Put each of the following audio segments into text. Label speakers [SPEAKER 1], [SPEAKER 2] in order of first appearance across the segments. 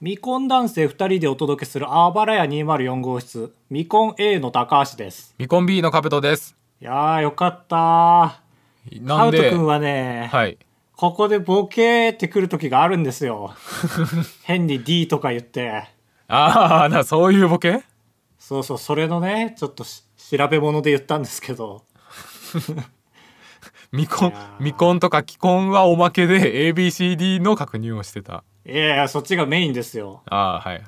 [SPEAKER 1] 未婚男性2人でお届けするあばらや204号室未婚 A の高橋です
[SPEAKER 2] 未婚 B のカブトです。
[SPEAKER 1] いやーよかったー
[SPEAKER 2] な
[SPEAKER 1] ハ
[SPEAKER 2] ん
[SPEAKER 1] ウト
[SPEAKER 2] で、
[SPEAKER 1] 君はね、
[SPEAKER 2] はい。
[SPEAKER 1] ここでボケーってくる時があるんです よ変に D とか言って
[SPEAKER 2] ああ、な、そういうボケ
[SPEAKER 1] そうそうそれのねちょっとし調べ物で言ったんですけど
[SPEAKER 2] 未婚
[SPEAKER 1] いやー、
[SPEAKER 2] 未婚とか既婚はおまけで ABCD の確認をしてた。
[SPEAKER 1] いやいやそっちがメインですよ
[SPEAKER 2] ああ、はい。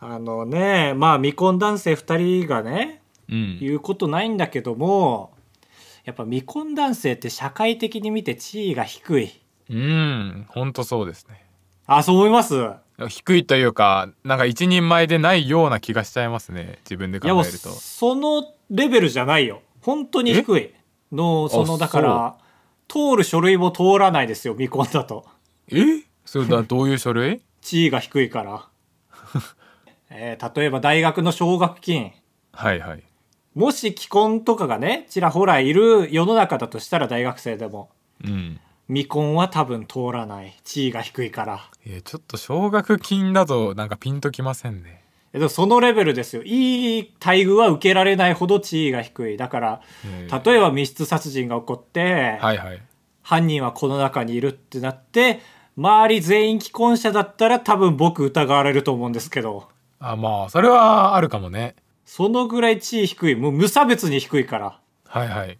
[SPEAKER 1] あのねまあ未婚男性2人がね
[SPEAKER 2] うん。
[SPEAKER 1] 言うことないんだけどもやっぱ未婚男性って社会的に見て地位が低い
[SPEAKER 2] うん、ほんとそうですね。
[SPEAKER 1] あそう思います
[SPEAKER 2] 低いというか、なんか一人前でないような気がしちゃいますね。自分で
[SPEAKER 1] い
[SPEAKER 2] 考
[SPEAKER 1] やもう
[SPEAKER 2] えると。
[SPEAKER 1] そのレベルじゃないよ本当に低いのそ
[SPEAKER 2] そ
[SPEAKER 1] の
[SPEAKER 2] う
[SPEAKER 1] だから通る書類も通らないですよ未婚だと
[SPEAKER 2] えそれだ、どういう書類
[SPEAKER 1] 地位が低いから、えー例えば大学の奨学金
[SPEAKER 2] はいはい。
[SPEAKER 1] もし既婚とかがねちらほらいる世の中だとしたら大学生でも
[SPEAKER 2] うん。
[SPEAKER 1] 未婚は多分通らない地位が低いから
[SPEAKER 2] え、ちょっと奨学金だとなんかピンときませんね。
[SPEAKER 1] えでもそのレベルですよいい待遇は受けられないほど地位が低いだから
[SPEAKER 2] えー
[SPEAKER 1] 例えば密室殺人が起こって、
[SPEAKER 2] はいはい。
[SPEAKER 1] 犯人はこの中にいるってなって周り全員既婚者だったら多分僕疑われると思うんですけど
[SPEAKER 2] あ、まあ、それはあるかもね。
[SPEAKER 1] そのぐらい地位低いもう無差別に低いから
[SPEAKER 2] はいはい。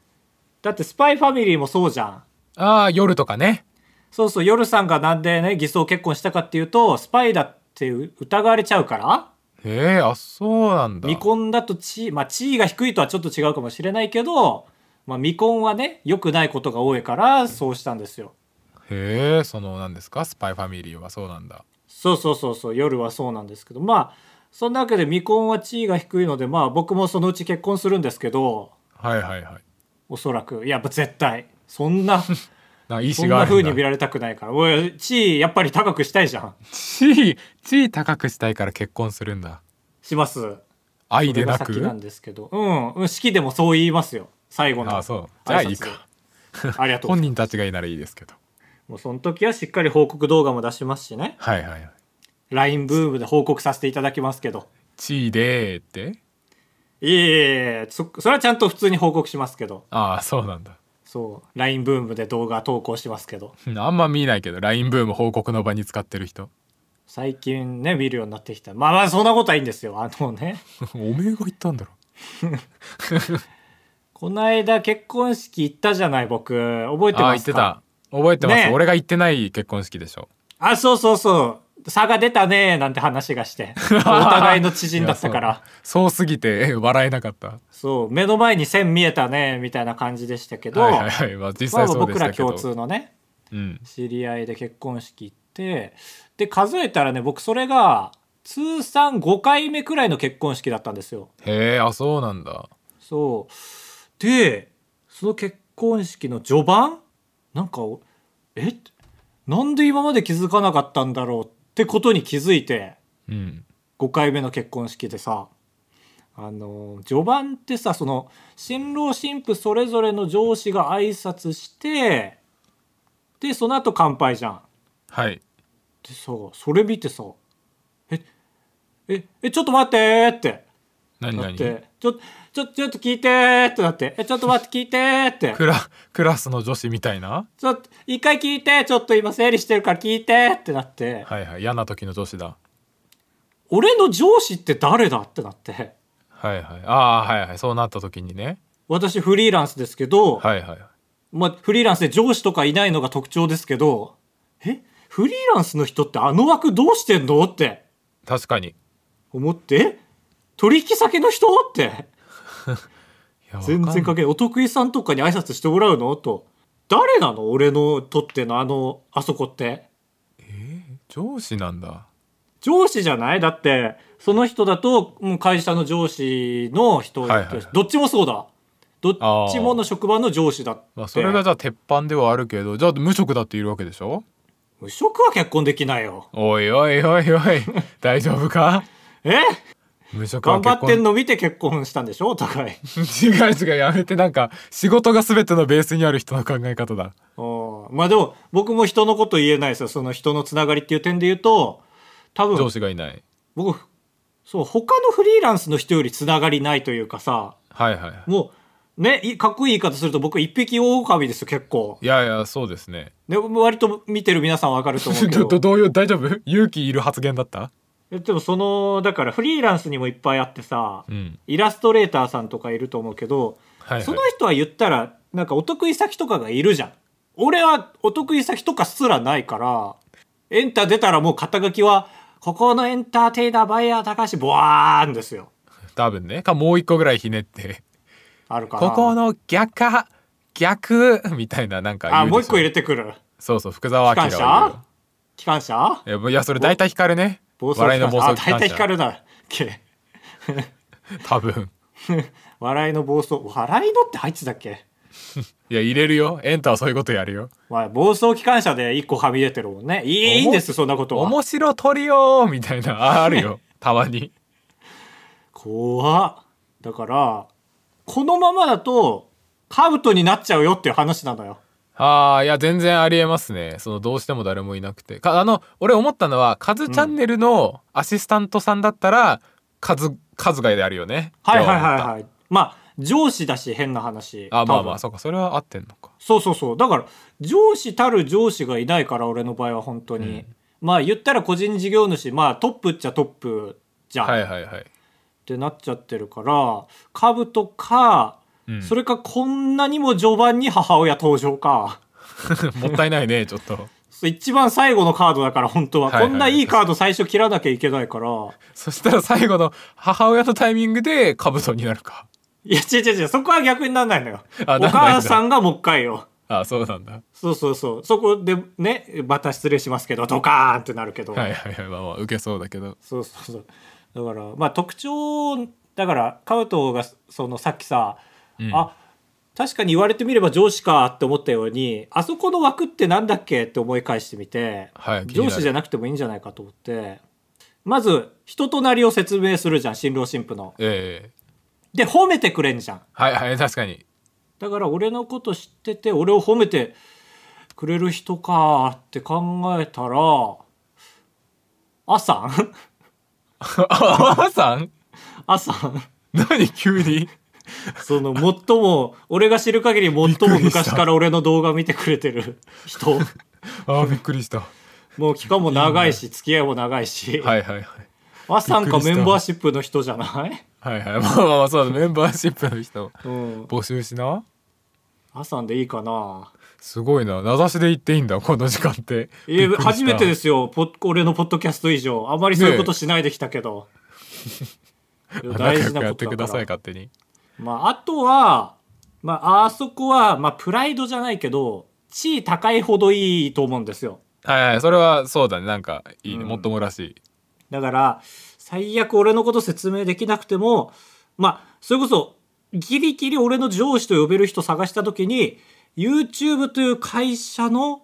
[SPEAKER 1] だってスパイファミリーもそうじゃん
[SPEAKER 2] ああ、夜とかね。
[SPEAKER 1] そうそう夜さんがなんでね偽装結婚したかっていうとスパイだって疑われちゃうから
[SPEAKER 2] ええあ、そうなんだ。
[SPEAKER 1] 未婚だと地位まあ地位が低いとはちょっと違うかもしれないけど、まあ、未婚はね良くないことが多いからそうしたんですよ
[SPEAKER 2] へえ、その、なんですかスパイファミリーはそうなんだ。
[SPEAKER 1] そうそうそうそう夜はそうなんですけどまあそんなわけで未婚は地位が低いのでまあ僕もそのうち結婚するんですけど
[SPEAKER 2] はいはいはい。
[SPEAKER 1] おそらくいや絶対そんな
[SPEAKER 2] なんか意
[SPEAKER 1] そ
[SPEAKER 2] 思
[SPEAKER 1] ん
[SPEAKER 2] があ
[SPEAKER 1] な
[SPEAKER 2] る
[SPEAKER 1] 風
[SPEAKER 2] ん
[SPEAKER 1] に
[SPEAKER 2] だ
[SPEAKER 1] 見られたくないからおい地位やっぱり高くしたいじゃん
[SPEAKER 2] 地位、地位高くしたいから結婚するんだ。
[SPEAKER 1] します
[SPEAKER 2] 愛
[SPEAKER 1] それ
[SPEAKER 2] で
[SPEAKER 1] が
[SPEAKER 2] な
[SPEAKER 1] 先なん
[SPEAKER 2] く。
[SPEAKER 1] ですけどうんうん式でもそう言いますよ最後の
[SPEAKER 2] ああ、そう。じゃあ
[SPEAKER 1] 挨拶
[SPEAKER 2] いいか。
[SPEAKER 1] ありがとうござ
[SPEAKER 2] 本
[SPEAKER 1] います
[SPEAKER 2] 人たちがいいならいいですけど。
[SPEAKER 1] もうその時はしっかり報告動画も出しますしね
[SPEAKER 2] はいはいはい。
[SPEAKER 1] LINE ブームで報告させていただきますけど
[SPEAKER 2] 地位でーって
[SPEAKER 1] いえいえいえそそれはちゃんと普通に報告しますけど
[SPEAKER 2] ああ、そうなんだ。
[SPEAKER 1] そう LINE ブームで動画投稿しますけど
[SPEAKER 2] うんあんま見ないけど、LINE ブーム報告の場に使ってる人。
[SPEAKER 1] 最近ね見るようになってきたまあまあそんなことはいいんですよあのね
[SPEAKER 2] おめえが言ったんだろ。
[SPEAKER 1] この間結婚式行ったじゃない僕覚えて
[SPEAKER 2] ああ、
[SPEAKER 1] ま
[SPEAKER 2] 言っ
[SPEAKER 1] す
[SPEAKER 2] て
[SPEAKER 1] か
[SPEAKER 2] た。覚えてます。
[SPEAKER 1] ねえ
[SPEAKER 2] 俺が行ってない結婚式でしょ。
[SPEAKER 1] あそうそうそう差が出たねなんて話がして お互いの知人だったか
[SPEAKER 2] いや
[SPEAKER 1] ら
[SPEAKER 2] そうそうすぎて笑えなかった
[SPEAKER 1] そう目の前に線見えたねみたいな感じでしたけど、
[SPEAKER 2] はいはいはい、まあ、実
[SPEAKER 1] まあ
[SPEAKER 2] 際そう
[SPEAKER 1] 僕
[SPEAKER 2] でした
[SPEAKER 1] ら
[SPEAKER 2] けど
[SPEAKER 1] 共通のね
[SPEAKER 2] うん
[SPEAKER 1] 知り合いで結婚式行ってで数えたらね僕それが通算5回目くらいの結婚式だったんですよ
[SPEAKER 2] へえあそうなんだ
[SPEAKER 1] そうでその結婚式の序盤なんかおえなんで今まで気づかなかったんだろうってことに気づいて
[SPEAKER 2] うん
[SPEAKER 1] 5回目の結婚式でさあの序盤ってさその新郎新婦それぞれの上司が挨拶してでその後乾杯じゃん。
[SPEAKER 2] はい
[SPEAKER 1] でさそれ見てさ「えええちょっと待って」って
[SPEAKER 2] 何
[SPEAKER 1] なっ
[SPEAKER 2] 何
[SPEAKER 1] て「ちょちょちょっと聞いて」ってなって「えちょっと待って聞いて」って
[SPEAKER 2] クラクラスの女子みたいな
[SPEAKER 1] 「ちょっと一回聞いてちょっと今整理してるから聞いて」ってなって
[SPEAKER 2] はいはい嫌な時の女子だ
[SPEAKER 1] 「俺の上司って誰だ?」ってなって
[SPEAKER 2] はいはいああーはいはいそうなった時にね
[SPEAKER 1] 「私フリーランスですけど、
[SPEAKER 2] はいはい
[SPEAKER 1] まあ、フリーランスで上司とかいないのが特徴ですけどえフリーランスの人ってあの枠どうしてんの?」って
[SPEAKER 2] 確かにい
[SPEAKER 1] 思ってえ「取引先の人?」って。
[SPEAKER 2] や
[SPEAKER 1] 全然
[SPEAKER 2] わ
[SPEAKER 1] 関
[SPEAKER 2] か
[SPEAKER 1] 係ないお得意さんとかに挨拶してもらうのと誰なの俺のとってのあのあそこって
[SPEAKER 2] ん上司なんだ
[SPEAKER 1] 上司じゃないだってその人だと、うん、会社の上司の人、
[SPEAKER 2] はいはいはい
[SPEAKER 1] どっちもそうだどっちもの職場の上司だって、
[SPEAKER 2] まあそれがじゃあ鉄板ではあるけどじゃあ無職だっているわけでしょ
[SPEAKER 1] 無職は結婚できないよ
[SPEAKER 2] おいおい おいおい大丈夫か
[SPEAKER 1] え
[SPEAKER 2] 無職は
[SPEAKER 1] 頑
[SPEAKER 2] 結
[SPEAKER 1] 張
[SPEAKER 2] 婚
[SPEAKER 1] ってんの見て結婚したんでしょお互 い
[SPEAKER 2] 違う違うやめてなんか仕事が全てのベースにある人の考え方だ
[SPEAKER 1] うんまあでも僕も人のこと言えないですよその人のつながりっていう点で言うと多分
[SPEAKER 2] 上司がいない
[SPEAKER 1] 僕そう他のフリーランスの人よりつながりないというかさ
[SPEAKER 2] はいはいはい
[SPEAKER 1] もうねいかっこいい言い方すると僕一匹狼ですよ結構
[SPEAKER 2] いやいやそうですね
[SPEAKER 1] ね割と見てる皆さんわかると思うけ
[SPEAKER 2] ちょ
[SPEAKER 1] ど
[SPEAKER 2] っと どういう大丈夫勇気いる発言だった
[SPEAKER 1] えでもそのだからフリーランスにもいっぱいあってさ、
[SPEAKER 2] うん
[SPEAKER 1] イラストレーターさんとかいると思うけど、
[SPEAKER 2] はいはい
[SPEAKER 1] その人は言ったらなんかお得意先とかがいるじゃん俺はお得意先とかすらないからエンタ出たらもう肩書きはここのエンターテイナーバイヤー高橋ボワーンですよ
[SPEAKER 2] 多分ねかもう一個ぐらいひねって
[SPEAKER 1] あるから
[SPEAKER 2] ここの逆逆みたいななんか言
[SPEAKER 1] あもう一個入
[SPEAKER 2] れ
[SPEAKER 1] れてくる
[SPEAKER 2] そうそう福沢
[SPEAKER 1] 機
[SPEAKER 2] 明
[SPEAKER 1] 関
[SPEAKER 2] は
[SPEAKER 1] 車機関車
[SPEAKER 2] 言ういやいやそれ大体光るね
[SPEAKER 1] 暴走
[SPEAKER 2] 笑いの暴走
[SPEAKER 1] あ大体
[SPEAKER 2] 機
[SPEAKER 1] 光
[SPEAKER 2] 関
[SPEAKER 1] るなけ
[SPEAKER 2] 車多分
[SPEAKER 1] 笑いの暴走笑いのって入ってたっけ、
[SPEAKER 2] いや入れるよエンタはそういうことやるよ
[SPEAKER 1] まあ、暴走機関車で一個はみ出てるもんねいいいいんですそんなことは
[SPEAKER 2] 面白トリオみたいなああ るよたまに
[SPEAKER 1] 怖っだからこのままだとカブトになっちゃうよっていう話なのよ
[SPEAKER 2] ああいや全然ありえますねそのどうしても誰もいなくてかあの俺思ったのはカズチャンネルのアシスタントさんだったら、カズカズがやるよね
[SPEAKER 1] はいはいはい
[SPEAKER 2] 今日思っ
[SPEAKER 1] はいまあ上司だし変な話
[SPEAKER 2] たあまあま
[SPEAKER 1] 多
[SPEAKER 2] あ
[SPEAKER 1] 分
[SPEAKER 2] そうかそれは合ってんのか
[SPEAKER 1] そうそうそうだから上司たる上司がいないから俺の場合は本当に、まあ言ったら個人事業主まあトップっちゃトップじゃん、
[SPEAKER 2] は
[SPEAKER 1] っ
[SPEAKER 2] いはいはい
[SPEAKER 1] てなっちゃってるからカブトか、
[SPEAKER 2] うん
[SPEAKER 1] それかこんなにも序盤に母親登場か
[SPEAKER 2] もったいないねちょっと
[SPEAKER 1] そう一番最後のカードだから本当は、
[SPEAKER 2] はいはい
[SPEAKER 1] こんないいカード最初切らなきゃいけないから
[SPEAKER 2] そしたら最後の母親のタイミングでカブトになるか
[SPEAKER 1] いや、違う違う違う、そこは逆にならないのよ。
[SPEAKER 2] あ
[SPEAKER 1] お母さ
[SPEAKER 2] ん
[SPEAKER 1] んがもう一回よ。
[SPEAKER 2] あそうなんだ
[SPEAKER 1] そうそうそう。そこでね、また失礼しますけど、ドカーンってなるけど。
[SPEAKER 2] はいはいはいまあまあ受けそうだけど
[SPEAKER 1] そうそうそう。だから、まあ特徴、だから、カウトが、そのさっきさ、
[SPEAKER 2] うん
[SPEAKER 1] あ、確かに言われてみれば上司かって思ったように、あそこの枠ってなんだっけって思い返してみて、
[SPEAKER 2] はい
[SPEAKER 1] 上司じゃ
[SPEAKER 2] な
[SPEAKER 1] なくてもいいんじゃないかと思って、まず、人となりを説明するじゃん、新郎新婦の。
[SPEAKER 2] ええ
[SPEAKER 1] で、褒めてくれんじゃん。
[SPEAKER 2] はいはい確かに
[SPEAKER 1] だから俺のこと知ってて俺を褒めてくれる人かって考えたらあ さん
[SPEAKER 2] ああさん
[SPEAKER 1] あさん
[SPEAKER 2] 何急に
[SPEAKER 1] その最も俺が知る限り最も昔から俺の動画見てくれてる人
[SPEAKER 2] ああびっくりしたは
[SPEAKER 1] もう期間も長いし付き合いも長いし、
[SPEAKER 2] いはいはい
[SPEAKER 1] あさんか
[SPEAKER 2] びっくり
[SPEAKER 1] メ
[SPEAKER 2] した
[SPEAKER 1] ンバーシップの人じゃない、
[SPEAKER 2] はいはい まあまあまあそうだメンバーシップの人
[SPEAKER 1] うん、
[SPEAKER 2] 募集しな
[SPEAKER 1] あさんでいいかな
[SPEAKER 2] すごいな名指しで言っていいんだこの時間って
[SPEAKER 1] いえ初めてですすよポッ俺のポッドキャスト以上あまりそういうことしないできたけど、いや
[SPEAKER 2] 大
[SPEAKER 1] 大
[SPEAKER 2] 事
[SPEAKER 1] 事
[SPEAKER 2] な
[SPEAKER 1] な
[SPEAKER 2] や
[SPEAKER 1] こ
[SPEAKER 2] って
[SPEAKER 1] と
[SPEAKER 2] く
[SPEAKER 1] だ
[SPEAKER 2] だ
[SPEAKER 1] か
[SPEAKER 2] さい
[SPEAKER 1] ら
[SPEAKER 2] 勝手に
[SPEAKER 1] まあ、あとは、まあ、あそこは、まあ、プライドじゃないけど、地位高いほどいいと思うんですよ。
[SPEAKER 2] はいはいそれはそうだねなんかいいね
[SPEAKER 1] うん
[SPEAKER 2] もっともらしい
[SPEAKER 1] だから、最悪俺のこと説明できなくても、まあ、それこそ、ギリギリ俺の上司と呼べる人探した時に、YouTube という会社の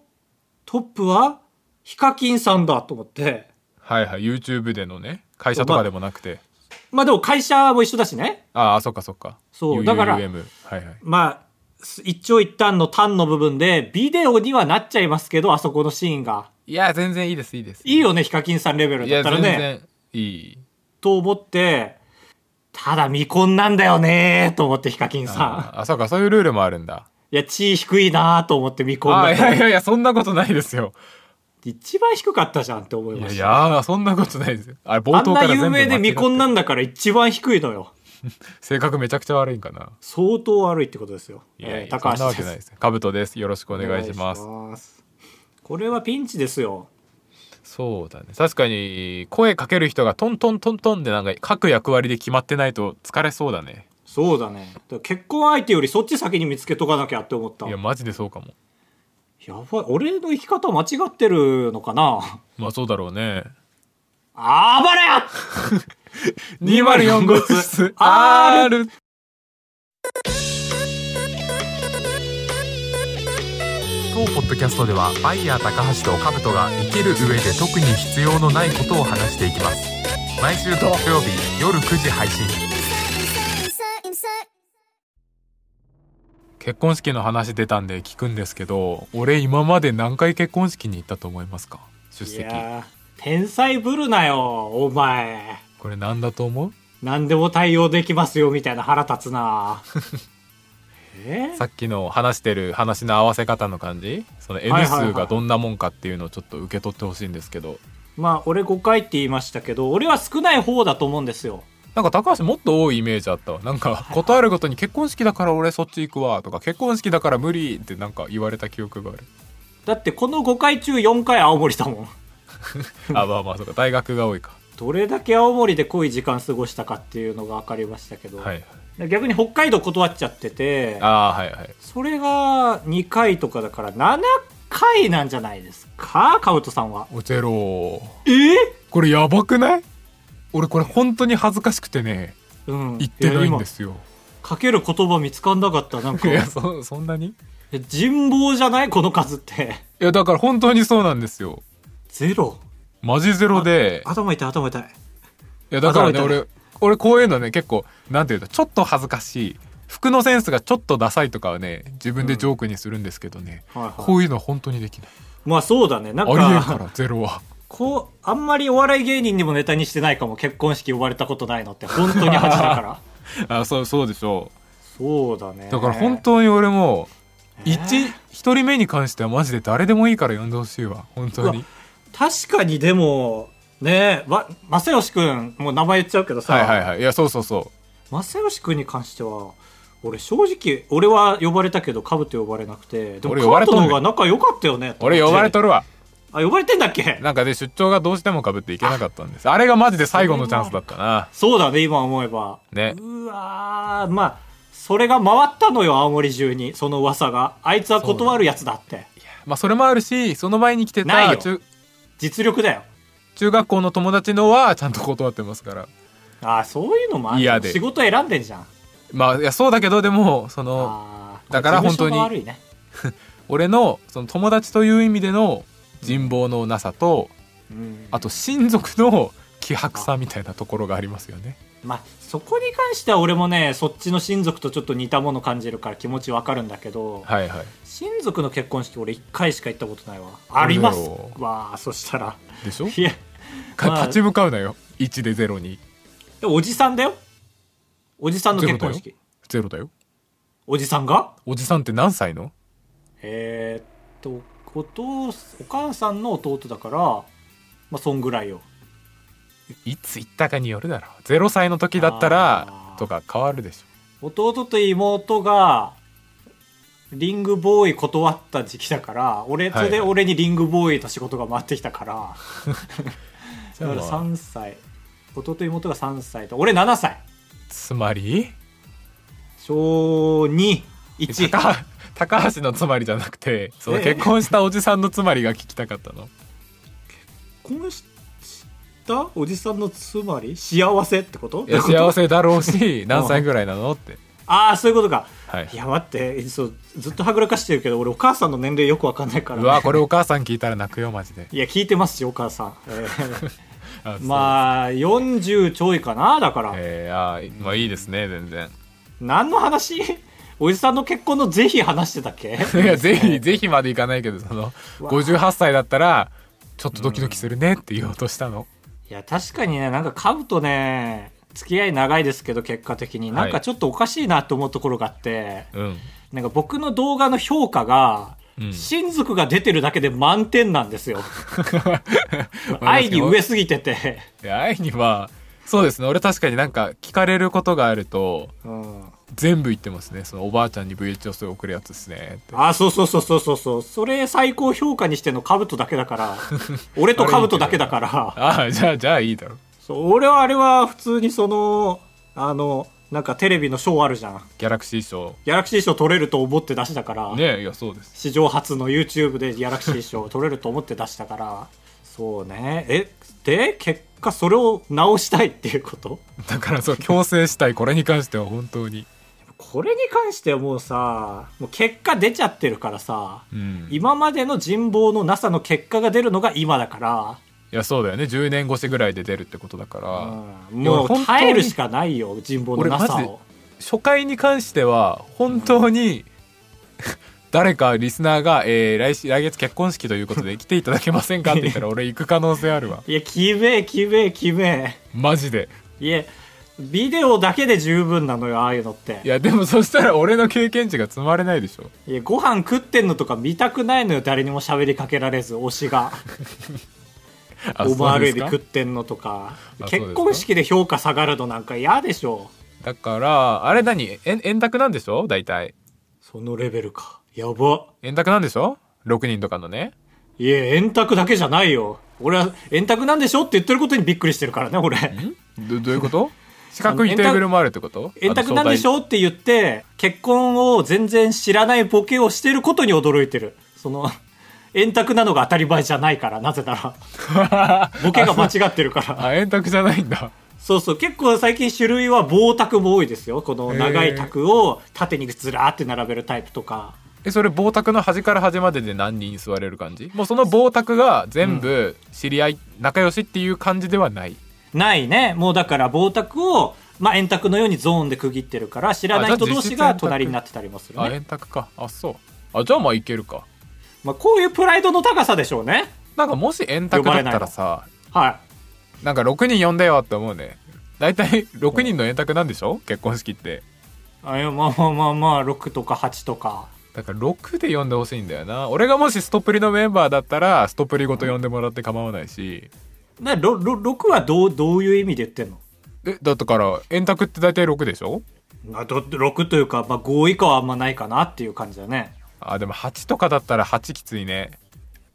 [SPEAKER 1] トップは、ヒカキンさんだと思って。
[SPEAKER 2] はいはい YouTube でのね会社とかでもなくて
[SPEAKER 1] まあでも会社も一緒だしね。
[SPEAKER 2] ああそっかそっか
[SPEAKER 1] そう
[SPEAKER 2] UUM
[SPEAKER 1] だから
[SPEAKER 2] はいはい
[SPEAKER 1] まあ、す一長一短の短の部分で、ビデオにはなっちゃいますけど、あそこのシーンが。
[SPEAKER 2] いや全然いいですいいです
[SPEAKER 1] いいよね、ヒカキンさんレベル
[SPEAKER 2] い
[SPEAKER 1] だ
[SPEAKER 2] や
[SPEAKER 1] ったら
[SPEAKER 2] 全
[SPEAKER 1] ね。
[SPEAKER 2] 然いい
[SPEAKER 1] と思って、ただ未婚なんだよねーと思ってヒカキンさ
[SPEAKER 2] ああそうかそういうルールもあるんだ
[SPEAKER 1] ん。いや、地位低いなーと思って未婚
[SPEAKER 2] あ
[SPEAKER 1] だ
[SPEAKER 2] いやい
[SPEAKER 1] と。
[SPEAKER 2] やいやそんなことないですよ
[SPEAKER 1] 一番低かったじゃんって思い
[SPEAKER 2] い
[SPEAKER 1] ま
[SPEAKER 2] や
[SPEAKER 1] し
[SPEAKER 2] い
[SPEAKER 1] た。
[SPEAKER 2] やそんなことないですよあれ冒
[SPEAKER 1] あん
[SPEAKER 2] 頭
[SPEAKER 1] な
[SPEAKER 2] から全部
[SPEAKER 1] 有名で未婚な
[SPEAKER 2] 間違って
[SPEAKER 1] んだから一番低いのよ。
[SPEAKER 2] 性格めちゃくちゃ悪いんかな
[SPEAKER 1] 相当悪いってことですよ。
[SPEAKER 2] いやい
[SPEAKER 1] えー
[SPEAKER 2] や
[SPEAKER 1] 高
[SPEAKER 2] そ
[SPEAKER 1] 橋
[SPEAKER 2] んなわ
[SPEAKER 1] で
[SPEAKER 2] けない
[SPEAKER 1] す
[SPEAKER 2] で。すよカブトですよろしくお願いします
[SPEAKER 1] お願いしますこれはピンチですよ。
[SPEAKER 2] そうだね確かに声かける人がトントントントンでなんか各役割で決まってないと疲れそうだね
[SPEAKER 1] そうだね。だから結婚相手よりそっち先に見つけとかなきゃって思った。
[SPEAKER 2] いや
[SPEAKER 1] や
[SPEAKER 2] マジでそうかも
[SPEAKER 1] ばい。俺の生き方間違ってるのかな
[SPEAKER 2] まあそうだろうね
[SPEAKER 1] あばれ や
[SPEAKER 2] 204
[SPEAKER 1] 204
[SPEAKER 2] 号
[SPEAKER 1] 号
[SPEAKER 2] 室
[SPEAKER 1] 室
[SPEAKER 2] R 当ポッドキャストではバイヤー高橋とカブトが生きる上で特に必要のないことを話していきます毎週土曜日夜9時配信
[SPEAKER 3] insert, insert, insert.
[SPEAKER 2] 結婚式の話出たんで聞くんですけど俺今まで何回結婚式に行ったと思いますか出
[SPEAKER 1] い
[SPEAKER 2] 席
[SPEAKER 1] やー天才ぶるなよ、お前。
[SPEAKER 2] これなんだと思う
[SPEAKER 1] 何でも対応できますよ、みたいな腹立つ な。え
[SPEAKER 2] さっきの話してる話の合わせ方の感じその
[SPEAKER 1] はい
[SPEAKER 2] N
[SPEAKER 1] はい
[SPEAKER 2] 数がどんなもんかっていうのをちょっと受け取ってほしいんですけど
[SPEAKER 1] まあ、俺5回って言いましたけど、俺は少ない方だと思うんですよ。
[SPEAKER 2] なんか高橋もっと多いイメージあったわなんか断るごとに「結婚式だから俺そっち行くわ」とか「結婚式だから無理」ってなんか言われた 記憶がある
[SPEAKER 1] だってこの5回中4回青森だもん。
[SPEAKER 2] あまあまあそうか大学が多いか
[SPEAKER 1] どれだけ青森で濃い時間過ごしたかっていうのが分かりましたけど、
[SPEAKER 2] はい
[SPEAKER 1] 逆に北海道断っちゃってて
[SPEAKER 2] ああーはいはい
[SPEAKER 1] それが2回とかだから7回なんじゃないですかカウトさんは
[SPEAKER 2] オセロ
[SPEAKER 1] えー、
[SPEAKER 2] これやばくない俺これ本当に恥ずかしくてね
[SPEAKER 1] うん
[SPEAKER 2] 言ってないんで
[SPEAKER 1] や
[SPEAKER 2] すよ
[SPEAKER 1] 今かける言葉見つかんなかったなん
[SPEAKER 2] い
[SPEAKER 1] か
[SPEAKER 2] やそそんなにい
[SPEAKER 1] え人望じゃないこの数って
[SPEAKER 2] やだから本当にそうなんですよ
[SPEAKER 1] ゼロ
[SPEAKER 2] マジゼロで
[SPEAKER 1] 頭痛い頭痛い
[SPEAKER 2] いやだからね
[SPEAKER 1] 頭痛い
[SPEAKER 2] 俺俺こういうのね結構なんていうのちょっと恥ずかしい服のセンスがちょっとダサいとかはね自分でジョークにするんですけどね、
[SPEAKER 1] はいはい
[SPEAKER 2] こういうのは本当にできない
[SPEAKER 1] まあそうだねなん
[SPEAKER 2] ありえん
[SPEAKER 1] か
[SPEAKER 2] か
[SPEAKER 1] ら
[SPEAKER 2] ゼロは
[SPEAKER 1] こうあんまりお笑い芸人にもネタにしてないかも結婚式呼ばれたことないのって本当に恥だから
[SPEAKER 2] あそうそうでしょ
[SPEAKER 1] そうだね
[SPEAKER 2] うだから本当に俺も
[SPEAKER 1] え
[SPEAKER 2] 一一人目に関してはマジで誰でもいいから呼んでほしいわ本当
[SPEAKER 1] う
[SPEAKER 2] に
[SPEAKER 1] わ確かにでもねえわ正義くんもう名前言っちゃうけどさ、
[SPEAKER 2] はいはいはいいやそうそうそう
[SPEAKER 1] 正義くんに関しては俺正直俺は呼ばれたけどカブと呼ばれなくてでも
[SPEAKER 2] 俺呼ば
[SPEAKER 1] カブ
[SPEAKER 2] れと
[SPEAKER 1] と
[SPEAKER 2] ん
[SPEAKER 1] の
[SPEAKER 2] ねん
[SPEAKER 1] 方が仲良かったよね
[SPEAKER 2] 俺呼ばれとるわ
[SPEAKER 1] あ呼ばれてんだっけ
[SPEAKER 2] なんかで出張がどうしてもかぶっていけなかったんですあれがマジで最後のチャンスだったな
[SPEAKER 1] そうだね今思えば
[SPEAKER 2] ね
[SPEAKER 1] うわーまあそれが回ったのよ青森中にその噂があいつは断るやつだって
[SPEAKER 2] まあそれもあるしその前に来て
[SPEAKER 1] ない
[SPEAKER 2] た
[SPEAKER 1] よ
[SPEAKER 2] 中
[SPEAKER 1] 実力だよ
[SPEAKER 2] 中学校の友達のはちゃんと断ってますから
[SPEAKER 1] ああそういうのもあ
[SPEAKER 2] 嫌
[SPEAKER 1] る
[SPEAKER 2] で
[SPEAKER 1] 仕事選んでんじゃん
[SPEAKER 2] まあいやそうだけどでもその
[SPEAKER 1] あー
[SPEAKER 2] だから本当
[SPEAKER 1] 事務所
[SPEAKER 2] に
[SPEAKER 1] が悪いね
[SPEAKER 2] 俺のその友達という意味での人望のなさと
[SPEAKER 1] うん
[SPEAKER 2] あと親族の希薄さみたいなところがありますよね
[SPEAKER 1] まあ、そこに関しては俺もねそっちの親族とちょっと似たもの感じるから気持ちわかるんだけど、
[SPEAKER 2] はいはい
[SPEAKER 1] 親族の結婚式俺1回しか行ったことないわあります
[SPEAKER 2] そうだよ
[SPEAKER 1] わあそしたら
[SPEAKER 2] でしょ
[SPEAKER 1] いやまあ
[SPEAKER 2] 立ち向かうなよ1で0に
[SPEAKER 1] でもおじさんだよおじさんの結婚式
[SPEAKER 2] 0だよ
[SPEAKER 1] おじさんが
[SPEAKER 2] おじさんって何歳の
[SPEAKER 1] えー、っとお父すお母さんの弟だからまあそんぐらいよ
[SPEAKER 2] いつ行ったかによるだろう0歳の時だったら
[SPEAKER 1] あー
[SPEAKER 2] とか変わるでし
[SPEAKER 1] 弟と妹がリングボーイ断った時期だから俺それで俺にリングボーイと仕事が回ってきたから、
[SPEAKER 2] ょじ
[SPEAKER 1] だ
[SPEAKER 2] ゃあ
[SPEAKER 1] から
[SPEAKER 2] まあ
[SPEAKER 1] 3歳弟妹が3歳と俺7歳
[SPEAKER 2] つまり
[SPEAKER 1] 小21
[SPEAKER 2] 高高橋のつまりじゃなくてその
[SPEAKER 1] ええ
[SPEAKER 2] 結婚したおじさんのつまりが聞きたかっ たの
[SPEAKER 1] 婚したおじさんのつまり幸せってこと
[SPEAKER 2] いや幸せだろ うし何歳ぐらいなのって
[SPEAKER 1] ああそういうことか
[SPEAKER 2] はい
[SPEAKER 1] いや待ってそうずっとはぐらかしてるけど俺お母さんの年齢よくわかんないから、
[SPEAKER 2] うわこれお母さん聞いたら泣くよマジで
[SPEAKER 1] いや聞いてますよお母さん、えー
[SPEAKER 2] あ
[SPEAKER 1] まあ40ちょいかなだから、
[SPEAKER 2] そうえーあーまあいいですね 全然
[SPEAKER 1] 何の話 おじさんの結婚のぜひ話してたっけ
[SPEAKER 2] いやぜひぜひまでいかないけどその
[SPEAKER 1] わ
[SPEAKER 2] 58歳だったらちょっとドキドキするねって言おうとしたの
[SPEAKER 1] いや確かにねなんかカブとね付き合い長いですけど結果的に
[SPEAKER 2] はい
[SPEAKER 1] なんかちょっとおかしいなと思うところがあって、
[SPEAKER 2] うん
[SPEAKER 1] なんか僕の動画の評価が、
[SPEAKER 2] うん
[SPEAKER 1] 親族が出てるだけで満点なん ですよ愛に上すぎてて、
[SPEAKER 2] いや愛にはそうですね俺確かになんか聞かれることがあると
[SPEAKER 1] うん、あ
[SPEAKER 2] 全部言ってますねそのおばあちゃんに VHS を送るやつですねって
[SPEAKER 1] あそうそうそうそうそうそうそれ最高評価にしてんのカブトだけだから 俺とカブトだけだから
[SPEAKER 2] ああじゃあじゃあいいだろ
[SPEAKER 1] そう俺はあれは普通にそのあのなんかテレビのショーあるじゃん
[SPEAKER 2] ギャラクシー賞
[SPEAKER 1] ギャラクシー賞取れると思って出したから、
[SPEAKER 2] ねいやそうです
[SPEAKER 1] 史上初の YouTube でギャラクシー賞取れると思って出したからそうねえで結果それを直したいっていうこと
[SPEAKER 2] だから そう強制したいこれに関しては本当に
[SPEAKER 1] これに関してはもうさもう結果出ちゃってるからさ、
[SPEAKER 2] うんい
[SPEAKER 1] 今までの人望のなさの結果が出るのが今だか、
[SPEAKER 2] やそうだよね10年越しぐらいで出るってことだからら
[SPEAKER 1] うんも
[SPEAKER 2] いや本当
[SPEAKER 1] う
[SPEAKER 2] に
[SPEAKER 1] 耐えるしかないよ人望のなさ
[SPEAKER 2] 俺マジで
[SPEAKER 1] を
[SPEAKER 2] 初回に関しては本当に 誰かリスナーが、えー来し来月結婚式ということで来ていただけませんかって言ったら俺行く可能性あるわ
[SPEAKER 1] いや、きめえ、きめえ、きめ
[SPEAKER 2] マジで
[SPEAKER 1] え。いや、ビデオだけで十分なのよ、ああいうのって。い
[SPEAKER 2] い
[SPEAKER 1] や、
[SPEAKER 2] やでもそしたら俺の経験値が積まれないでしょ
[SPEAKER 1] ご飯食ってんのとか見たくないのよ、誰にも喋りかけられず、推しが。
[SPEAKER 2] あ
[SPEAKER 1] オマールエビ
[SPEAKER 2] そう
[SPEAKER 1] 食
[SPEAKER 2] で
[SPEAKER 1] っ
[SPEAKER 2] すか
[SPEAKER 1] てんのとか
[SPEAKER 2] あそうですか
[SPEAKER 1] 結婚式で評価下がるのなんか嫌でしょ
[SPEAKER 2] だからあれ何え円卓なんでしょ大体
[SPEAKER 1] そのレベルかやば
[SPEAKER 2] 円卓なんでしょ6人とかのね
[SPEAKER 1] いえ円卓だけじゃないよ俺は円卓なんでしょって言ってることにびっくりしてるからね俺
[SPEAKER 2] どどういうこと 四角いテーブルもあるってこと
[SPEAKER 1] 円卓なんでし
[SPEAKER 2] ょ
[SPEAKER 1] ょって言って結婚を全然知らないボケをしてることに驚いてるその円卓なのが当たり前じゃないからなぜならボケが間違ってるから
[SPEAKER 2] あ円卓じゃないんだ
[SPEAKER 1] そうそう結構最近種類は棒卓も多いですよこの長い卓を縦にずらーって並べるタイプとか
[SPEAKER 2] えそれ棒卓の端から端までで何人座れる感じもうその棒卓が全部知り合い、仲良しっていう感じではない
[SPEAKER 1] ないね。もうだから、棒卓を、まあ、円卓のようにゾーンで区切ってるから、知らない人
[SPEAKER 2] あじゃあ
[SPEAKER 1] 同
[SPEAKER 2] 実質
[SPEAKER 1] 士
[SPEAKER 2] 円
[SPEAKER 1] が
[SPEAKER 2] 卓
[SPEAKER 1] 隣になってたりもする
[SPEAKER 2] あ
[SPEAKER 1] ね。
[SPEAKER 2] 円卓かあそうあじゃあまあいけるか
[SPEAKER 1] まあ、こういうプライドの高さでしょうね。
[SPEAKER 2] なんかもし円卓だったらさ
[SPEAKER 1] は
[SPEAKER 2] なんか6人呼んだよって思うね大体6人の円卓なんでしょ結婚式って
[SPEAKER 1] い。あいやまあまあまあまあ、6とか8とか。
[SPEAKER 2] だから6で呼んでほしいんだよな俺がもしストプリのメンバーだったらストプリごと呼んでもらって構わないし
[SPEAKER 1] な、ろろ6はどう、どういう意味で言ってんの
[SPEAKER 2] えだったから円卓って大体6でしょ
[SPEAKER 1] など ?6 というか、まあ5以下はあんまないかなっていう感じだね。
[SPEAKER 2] あでも8とかだったら8きついね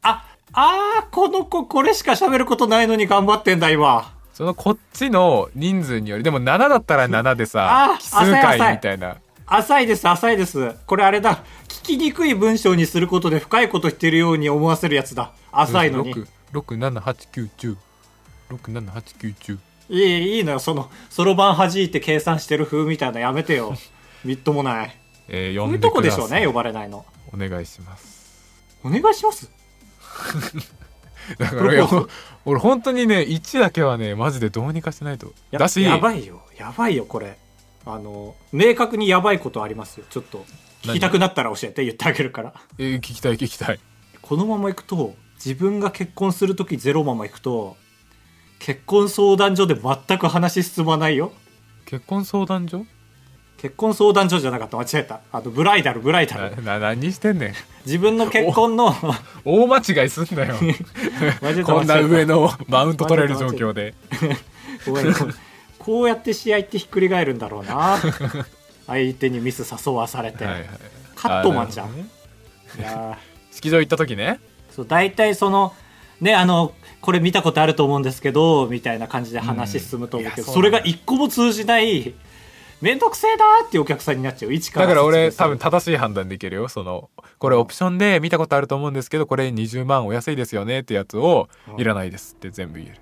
[SPEAKER 1] あ、あー、この子これしか喋ることないのに頑張ってんだ、今。
[SPEAKER 2] そのこっちの人数によりでも7だったら7でさ
[SPEAKER 1] あ
[SPEAKER 2] 奇数
[SPEAKER 1] 浅い浅い
[SPEAKER 2] 回みたいな
[SPEAKER 1] 浅いです、浅いです。これあれだ。聞きにくい文章にすることで深いことしてるように思わせるやつだ。浅いのに。
[SPEAKER 2] 67891067891
[SPEAKER 1] いい、いいのよ、その、そろばん弾いて計算してる風みたいなやめてよ。みっともない。
[SPEAKER 2] えー、
[SPEAKER 1] こ
[SPEAKER 2] 呼
[SPEAKER 1] ういう
[SPEAKER 2] んで
[SPEAKER 1] とこ
[SPEAKER 2] く
[SPEAKER 1] で
[SPEAKER 2] だ
[SPEAKER 1] しょう
[SPEAKER 2] さ
[SPEAKER 1] ね、
[SPEAKER 2] い
[SPEAKER 1] 呼ばれないの。
[SPEAKER 2] お願いします
[SPEAKER 1] お願いします
[SPEAKER 2] だか
[SPEAKER 1] プロ
[SPEAKER 2] ら
[SPEAKER 1] ポ
[SPEAKER 2] いや
[SPEAKER 1] ーズ
[SPEAKER 2] お俺本当にね1だけはねマジでどうにかしないと
[SPEAKER 1] や
[SPEAKER 2] だし
[SPEAKER 1] やばいよ、やばいよ、これ。あの、明確にやばいことありますよ。ちょっと、聞きたくなったら教えて、言ってあげるから。
[SPEAKER 2] えー聞きたい聞きたい
[SPEAKER 1] このまま行くと、自分が結婚するときゼロまま行くと、結婚相談所で全く話進まないよ。
[SPEAKER 2] 結婚相談所
[SPEAKER 1] 結婚相談所じゃなかった、間違えた。あの、ブライダル、ブライダ
[SPEAKER 2] な
[SPEAKER 1] ル。
[SPEAKER 2] な何してんねん
[SPEAKER 1] 自分の結婚 の、
[SPEAKER 2] 大間違いすんなよ
[SPEAKER 1] 間違えた
[SPEAKER 2] こん
[SPEAKER 1] 間
[SPEAKER 2] な
[SPEAKER 1] 違えた
[SPEAKER 2] 上のマウント取れる状況で
[SPEAKER 1] ごめんごめんこうやって試合ってひっくり返るんだろう な相手にミス誘わされて、
[SPEAKER 2] はいはい
[SPEAKER 1] カットマンじゃ
[SPEAKER 2] あ
[SPEAKER 1] ん、
[SPEAKER 2] なるほどね
[SPEAKER 1] いや
[SPEAKER 2] 式場行った時ね
[SPEAKER 1] ーそう大体そのねあのこれ見たことあると思うんですけどみたいな感じで話進むと思うけど、
[SPEAKER 2] うんいやそう
[SPEAKER 1] それが
[SPEAKER 2] なんだ
[SPEAKER 1] 一個も通じない面倒くせえなーっていうお客さんになっちゃう一か
[SPEAKER 2] だ
[SPEAKER 1] ら
[SPEAKER 2] から俺
[SPEAKER 1] 説
[SPEAKER 2] 多
[SPEAKER 1] 明
[SPEAKER 2] 分
[SPEAKER 1] する
[SPEAKER 2] 正しい判断できるよそのこれオプションで見たことあると思うんですけどこれ20万お安いですよねってやつを
[SPEAKER 1] うん
[SPEAKER 2] いらないですって全部言える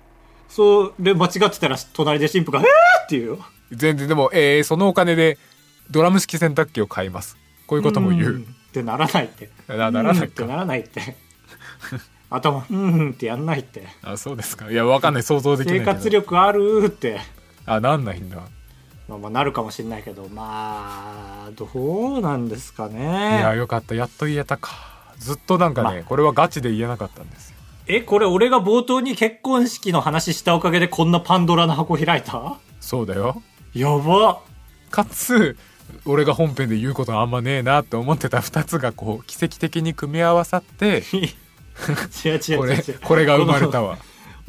[SPEAKER 1] それ間違ってたら隣で新婦が「えー!」っていうよ
[SPEAKER 2] 全然でもえーそのお金でドラム式洗濯機を買いますこういうことも言
[SPEAKER 1] んっ
[SPEAKER 2] う
[SPEAKER 1] てならないって
[SPEAKER 2] なならない
[SPEAKER 1] うん
[SPEAKER 2] か
[SPEAKER 1] ってならないって 頭「うんうん」ってやんないって
[SPEAKER 2] あそうですかいやわかんない想像できない
[SPEAKER 1] 生
[SPEAKER 2] けど
[SPEAKER 1] 活力あるーって
[SPEAKER 2] あなんないんだ
[SPEAKER 1] まあ、まあなるかもしれないけどまあどうなんですか
[SPEAKER 2] いや
[SPEAKER 1] ね
[SPEAKER 2] よかったやっと言えたかずっとなんかねこれはガチで言えなかったんですよ
[SPEAKER 1] えこれ俺が冒頭に結婚式の話したおかげでこんなパンドラの箱開いた
[SPEAKER 2] そうだよ
[SPEAKER 1] やば
[SPEAKER 2] かつ俺が本編で言うことあんまねえなって思ってた2つがこう奇跡的に組み合わさって
[SPEAKER 1] 違う違う
[SPEAKER 2] こ
[SPEAKER 1] 違う違
[SPEAKER 2] れ
[SPEAKER 1] う
[SPEAKER 2] これが生まれ
[SPEAKER 1] こ
[SPEAKER 2] た
[SPEAKER 1] の
[SPEAKER 2] わ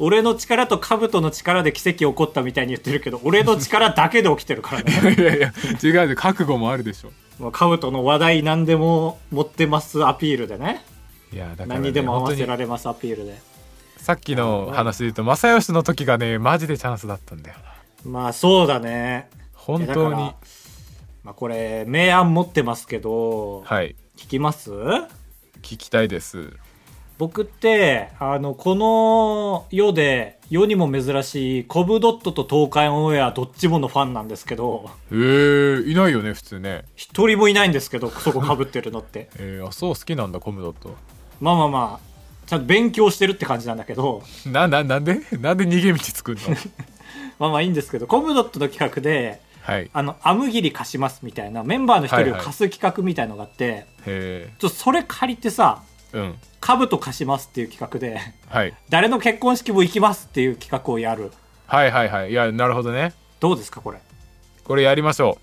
[SPEAKER 1] 俺の力と兜の力で奇跡起こったみたいに言ってるけど俺の力だけで起きてるから ね
[SPEAKER 2] いやいや違うよ覚悟もあるでしょ
[SPEAKER 1] まあ兜の話題何でも持ってますアピールでね
[SPEAKER 2] いやだから、ね、
[SPEAKER 1] 何にでも合わせ
[SPEAKER 2] 本
[SPEAKER 1] られますアピールで
[SPEAKER 2] 当にさっきの話で言うと正義の時がねマジでチャンスだったんだよな
[SPEAKER 1] まあそうだね
[SPEAKER 2] 本
[SPEAKER 1] いや
[SPEAKER 2] 当
[SPEAKER 1] だか
[SPEAKER 2] に
[SPEAKER 1] らまあこれ明暗持ってますけど、
[SPEAKER 2] はい
[SPEAKER 1] 聞きます
[SPEAKER 2] 聞きたいです
[SPEAKER 1] 僕ってあのこの世で世にも珍しいコブドットと東海オンエアどっちものファンなんですけど
[SPEAKER 2] えー、いないよね普通ね
[SPEAKER 1] 一人もいないんですけどそこかぶってるのって
[SPEAKER 2] えー、あそう好きなんだコムドット
[SPEAKER 1] まあまあまあちゃんと勉強してるって感じなんだけど
[SPEAKER 2] なななんでなんで逃げ道作るの
[SPEAKER 1] まあまあいいんですけどコブドットの企画で
[SPEAKER 2] はいへ
[SPEAKER 1] あの、アムギリ貸しますみたいな、メンバーの一人を貸す企画みたいのがあって、
[SPEAKER 2] え
[SPEAKER 1] ちょっとそれ借りてさ、
[SPEAKER 2] うん
[SPEAKER 1] 兜貸しますっていう企画で、
[SPEAKER 2] はい
[SPEAKER 1] 誰の結婚式も行きますっていう企画をやる。
[SPEAKER 2] はいはいはいいやなるほどね
[SPEAKER 1] どうですか、これ。
[SPEAKER 2] これやりましょ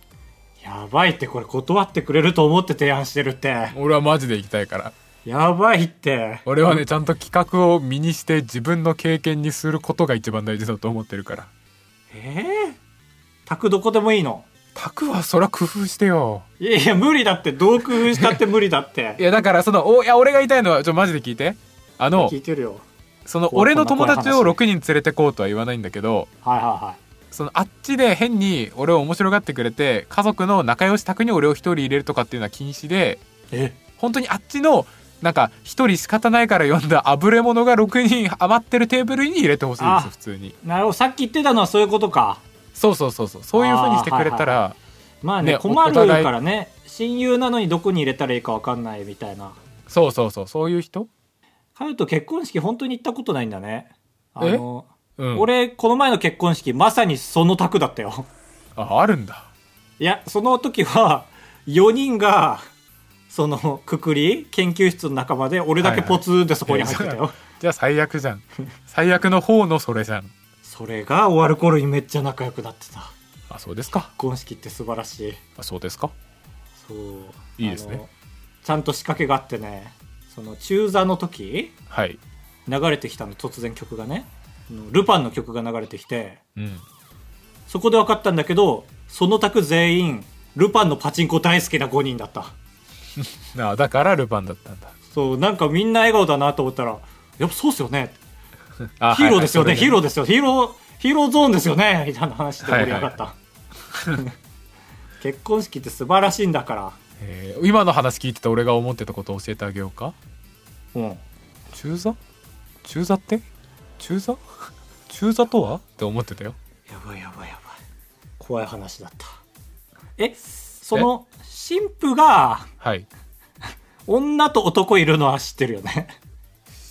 [SPEAKER 1] やばいって、これ断ってくれると思って提案してるって。
[SPEAKER 2] う俺はマジで行きたいから
[SPEAKER 1] やばいって。
[SPEAKER 2] 俺はねちゃんと企画を身にして自分の経験にすることが一番大事だと思ってるから
[SPEAKER 1] ええ宅どこでもいいの
[SPEAKER 2] タクはそら工夫してよ
[SPEAKER 1] いやいや、無理だって。どう工夫したって無理だっ
[SPEAKER 2] い
[SPEAKER 1] て。
[SPEAKER 2] やだからそのおいや俺が言いたいのはちょマジで聞いてあ の
[SPEAKER 1] 聞いてるよ。
[SPEAKER 2] その
[SPEAKER 1] こう
[SPEAKER 2] 俺の友達
[SPEAKER 1] こ
[SPEAKER 2] を
[SPEAKER 1] んな
[SPEAKER 2] 6人連れてこうとは言わないんだけど
[SPEAKER 1] はいはいはい。
[SPEAKER 2] そのあっちで変に俺を面白がってくれて家族の仲良し宅に俺を一人入れるとかっていうのは禁止で
[SPEAKER 1] え
[SPEAKER 2] 本当にあっちのなんか一人仕方ないから呼んだあぶれ者が6人余ってるテーブルに入れてほしいんで
[SPEAKER 1] あ
[SPEAKER 2] すよ普通に
[SPEAKER 1] なるほど。さっき言ってたのはそういうことか。
[SPEAKER 2] そうそうそうそうそういう風にしてくれたら、
[SPEAKER 1] まあね、
[SPEAKER 2] ね
[SPEAKER 1] 困る
[SPEAKER 2] お互い
[SPEAKER 1] からね。親友なのにどこに入れたらいいかわかんないみたいな。
[SPEAKER 2] そうそうそうそういう人
[SPEAKER 1] カヨと結婚式本当に行ったことないんだね。あの、
[SPEAKER 2] うん
[SPEAKER 1] 俺、この前の結婚式、まさにその宅だったよ。
[SPEAKER 2] ああるんだ
[SPEAKER 1] いや、その時は、4人が、その、くくり、研究室の仲間で、俺だけポツンでそこに入ってたよ。
[SPEAKER 2] じゃあ最 悪じゃん最悪の方のそれじゃん
[SPEAKER 1] それが終わる頃にめっちゃ仲良くなってた。
[SPEAKER 2] あそうですか
[SPEAKER 1] 結婚式って素晴らしい。
[SPEAKER 2] あそうですか
[SPEAKER 1] そう。
[SPEAKER 2] いいですね
[SPEAKER 1] あの。ちゃんと仕掛けがあってね、その、中座の時、
[SPEAKER 2] はい
[SPEAKER 1] 流れてきたの、突然曲がね。あのルパンの曲が流れてきて、
[SPEAKER 2] うん
[SPEAKER 1] そこで分かったんだけど、その宅全員、ルパンのパチンコ大好きな5人だった。
[SPEAKER 2] なあだからルパンだったんだ
[SPEAKER 1] そう、なんかみんな笑顔だなと思ったら、やっぱそうっすよね。
[SPEAKER 2] あ
[SPEAKER 1] ヒーローですよね、ヒーロ
[SPEAKER 2] ー
[SPEAKER 1] ーですよ、ヒーロー、ヒーローゾーンですよね、み たいな話で盛り上がった。結婚式って素晴らしいんだから。
[SPEAKER 2] えー今の話聞いてた俺が思ってたことを教えてあげようか
[SPEAKER 1] うん。
[SPEAKER 2] 中座中座って中座中座とはって思ってたよ
[SPEAKER 1] やばいやばいやばい。怖い話だった。え、その、新婦が、
[SPEAKER 2] はい
[SPEAKER 1] 女と男いるのは知ってるよね。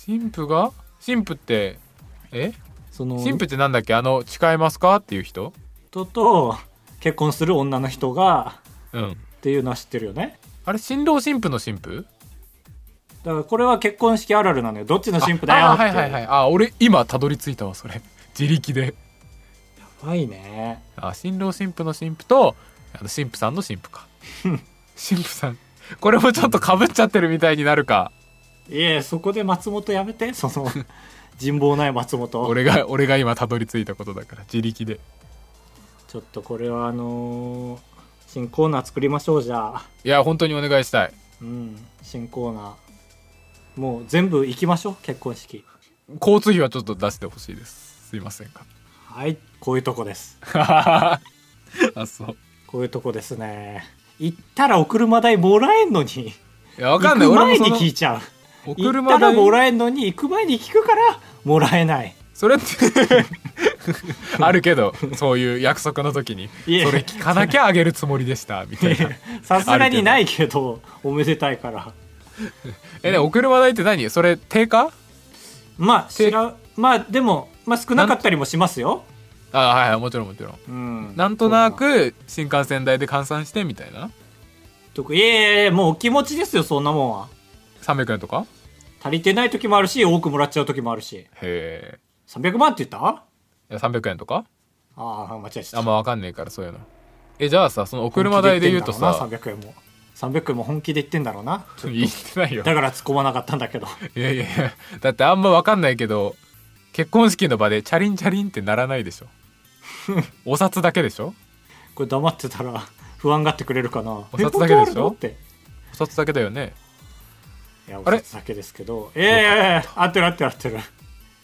[SPEAKER 2] 神父が神父ってえ
[SPEAKER 1] その、
[SPEAKER 2] 神父ってなんだっけあの誓いますかっていう人
[SPEAKER 1] とと、結婚する女の人が、
[SPEAKER 2] うん
[SPEAKER 1] っていうのは知ってるよね。
[SPEAKER 2] あれ新郎新婦の神父
[SPEAKER 1] だからこれは結婚式あるあるなのよ。どっちの新婦だよ
[SPEAKER 2] あ
[SPEAKER 1] って。
[SPEAKER 2] あはいはいはいあ俺今たどり着いたわそれ 自力で
[SPEAKER 1] やばいね。
[SPEAKER 2] あ新郎新婦の新婦とあの新婦さんの新婦 か新婦さんこれもちょっとかぶっちゃってるみたいになるか
[SPEAKER 1] いえ、そこで松本やめて、そ の、人望ない松本。
[SPEAKER 2] 俺が俺が今たどり着いたことだから自力で
[SPEAKER 1] ちょっとこれはあのー新コーナー作りましょう、じゃあ。
[SPEAKER 2] いや本当にお願いしたい
[SPEAKER 1] うん、新コーナー。もう全部行きましょう、結婚式。
[SPEAKER 2] 交通費はちょっと出してほしいですすいませんか
[SPEAKER 1] はい、こういうとこです。
[SPEAKER 2] あそう
[SPEAKER 1] こういうとこですね。行ったらお車代もらえんのに。
[SPEAKER 2] いやわかんない
[SPEAKER 1] 行く
[SPEAKER 2] 俺も
[SPEAKER 1] 前
[SPEAKER 2] そ
[SPEAKER 1] に
[SPEAKER 2] の
[SPEAKER 1] 聞いちゃう。
[SPEAKER 2] お
[SPEAKER 1] 行っ
[SPEAKER 2] 車
[SPEAKER 1] たら
[SPEAKER 2] 代
[SPEAKER 1] もらえんのに、行く前に聞くから、もらえない。
[SPEAKER 2] それって あるけどそういう約束の時にそ
[SPEAKER 1] いえ
[SPEAKER 2] れ聞かなきゃあげるつもりでしたみたいな
[SPEAKER 1] さすがにないけど、おめでたいから。
[SPEAKER 2] えねお車代って何それ定価
[SPEAKER 1] まあ、
[SPEAKER 2] て
[SPEAKER 1] 知らんまあ、でも、まあ少なかったりもしますよ。
[SPEAKER 2] あはいはいもちろんもちろん
[SPEAKER 1] うん
[SPEAKER 2] なんとなく新幹線代で換算してみたいな
[SPEAKER 1] とかいやいやいやもうお気持ちですよそんなもんは
[SPEAKER 2] 300円とか
[SPEAKER 1] 足りてない時もあるし多くもらっちゃう時もあるし
[SPEAKER 2] へ
[SPEAKER 1] 300万って言ったあ
[SPEAKER 2] え300円とか
[SPEAKER 1] あ間違えちゃ
[SPEAKER 2] あ
[SPEAKER 1] っ
[SPEAKER 2] ん
[SPEAKER 1] た
[SPEAKER 2] まわかんねえからそういうのえじゃあさそのお車代で言うとさ
[SPEAKER 1] 本気で言ってんだろうな300円も300円も本気で言ってんだろうな
[SPEAKER 2] 言ってないよ
[SPEAKER 1] だから突っ込まなかったんだけど
[SPEAKER 2] いやいやいやだってあんまわかんないけど結婚式の場でチャリンチャリンってならないでしょ お札だけでしょ
[SPEAKER 1] これ黙ってたら不安がってくれるかな
[SPEAKER 2] お札
[SPEAKER 1] え本
[SPEAKER 2] だけでしょ
[SPEAKER 1] 当あるのって
[SPEAKER 2] お札だけだよね
[SPEAKER 1] いやお
[SPEAKER 2] あれ
[SPEAKER 1] 札だけですけどいやいやいや合ってる合ってる合ってる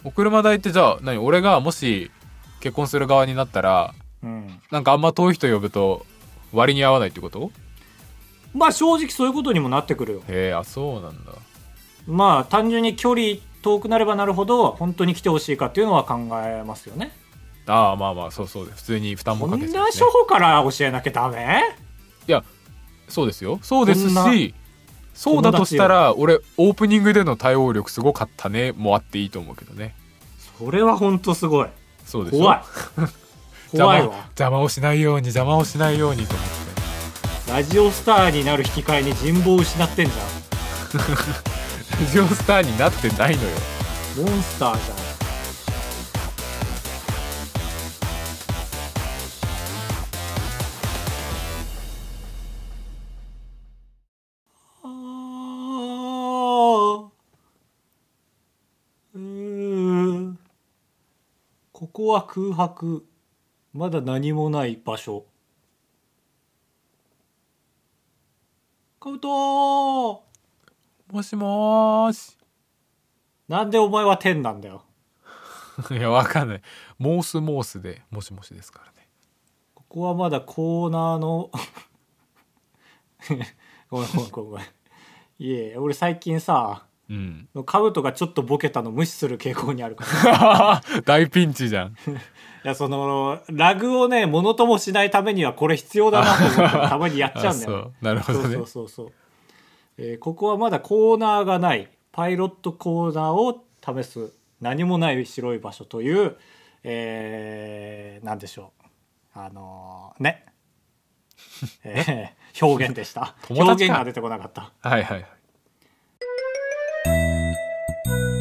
[SPEAKER 2] お車代ってじゃあ何俺がもし結婚する側になったら
[SPEAKER 1] うん
[SPEAKER 2] なんかあんま遠い人呼ぶと割に合わないってこと
[SPEAKER 1] まあ正直そういうことにもなってくるよ
[SPEAKER 2] へえあそうなんだ
[SPEAKER 1] まあ単純に距離遠くなればなるほど本当に来てほしいかっていうのは考えますよね
[SPEAKER 2] ああまあまあそうそうです普通に負担も
[SPEAKER 1] こ
[SPEAKER 2] かけて
[SPEAKER 1] ん
[SPEAKER 2] るし
[SPEAKER 1] な初歩から教えなきゃダメ
[SPEAKER 2] いやそうですよそうです
[SPEAKER 1] こんな
[SPEAKER 2] しそうだとしたら俺オープニングでの対応力すごかったねもあっていいと思うけどね
[SPEAKER 1] それは本当すごい
[SPEAKER 2] そうですよ
[SPEAKER 1] 怖い
[SPEAKER 2] 邪
[SPEAKER 1] 怖い
[SPEAKER 2] 魔
[SPEAKER 1] わ
[SPEAKER 2] 邪魔をしないように邪魔をしないようにと思って
[SPEAKER 1] ラジオスターになる引き換えに人望を失ってんじゃ
[SPEAKER 2] ラジオスターになってないのよ
[SPEAKER 1] んモンスターじゃんあーうーんここは空白まだ何もない場所カブトー
[SPEAKER 2] もしもーし
[SPEAKER 1] なんでお前は天なんだよ
[SPEAKER 2] いやわかんないモースモースでもしもしですからね
[SPEAKER 1] ここはまだコーナーの ごめんごめんごめんごめんいえ俺最近さ
[SPEAKER 2] うん
[SPEAKER 1] カブトがちょっとボケたの無視する傾向にあるから
[SPEAKER 2] 大ピンチじゃん
[SPEAKER 1] いやそのラグをねものともしないためにはこれ必要だなと思ってたまにやっちゃうんだよ、ね
[SPEAKER 2] あ、そうなるほど
[SPEAKER 1] そ
[SPEAKER 2] ね
[SPEAKER 1] うそうそうそう、えーここはまだコーナーがないパイロットコーナーを試す何もない白い場所という、えー、なんでしょうあのーね、えー表現でした
[SPEAKER 2] 友達か
[SPEAKER 1] 表現が出てこなかった
[SPEAKER 2] はいはいはい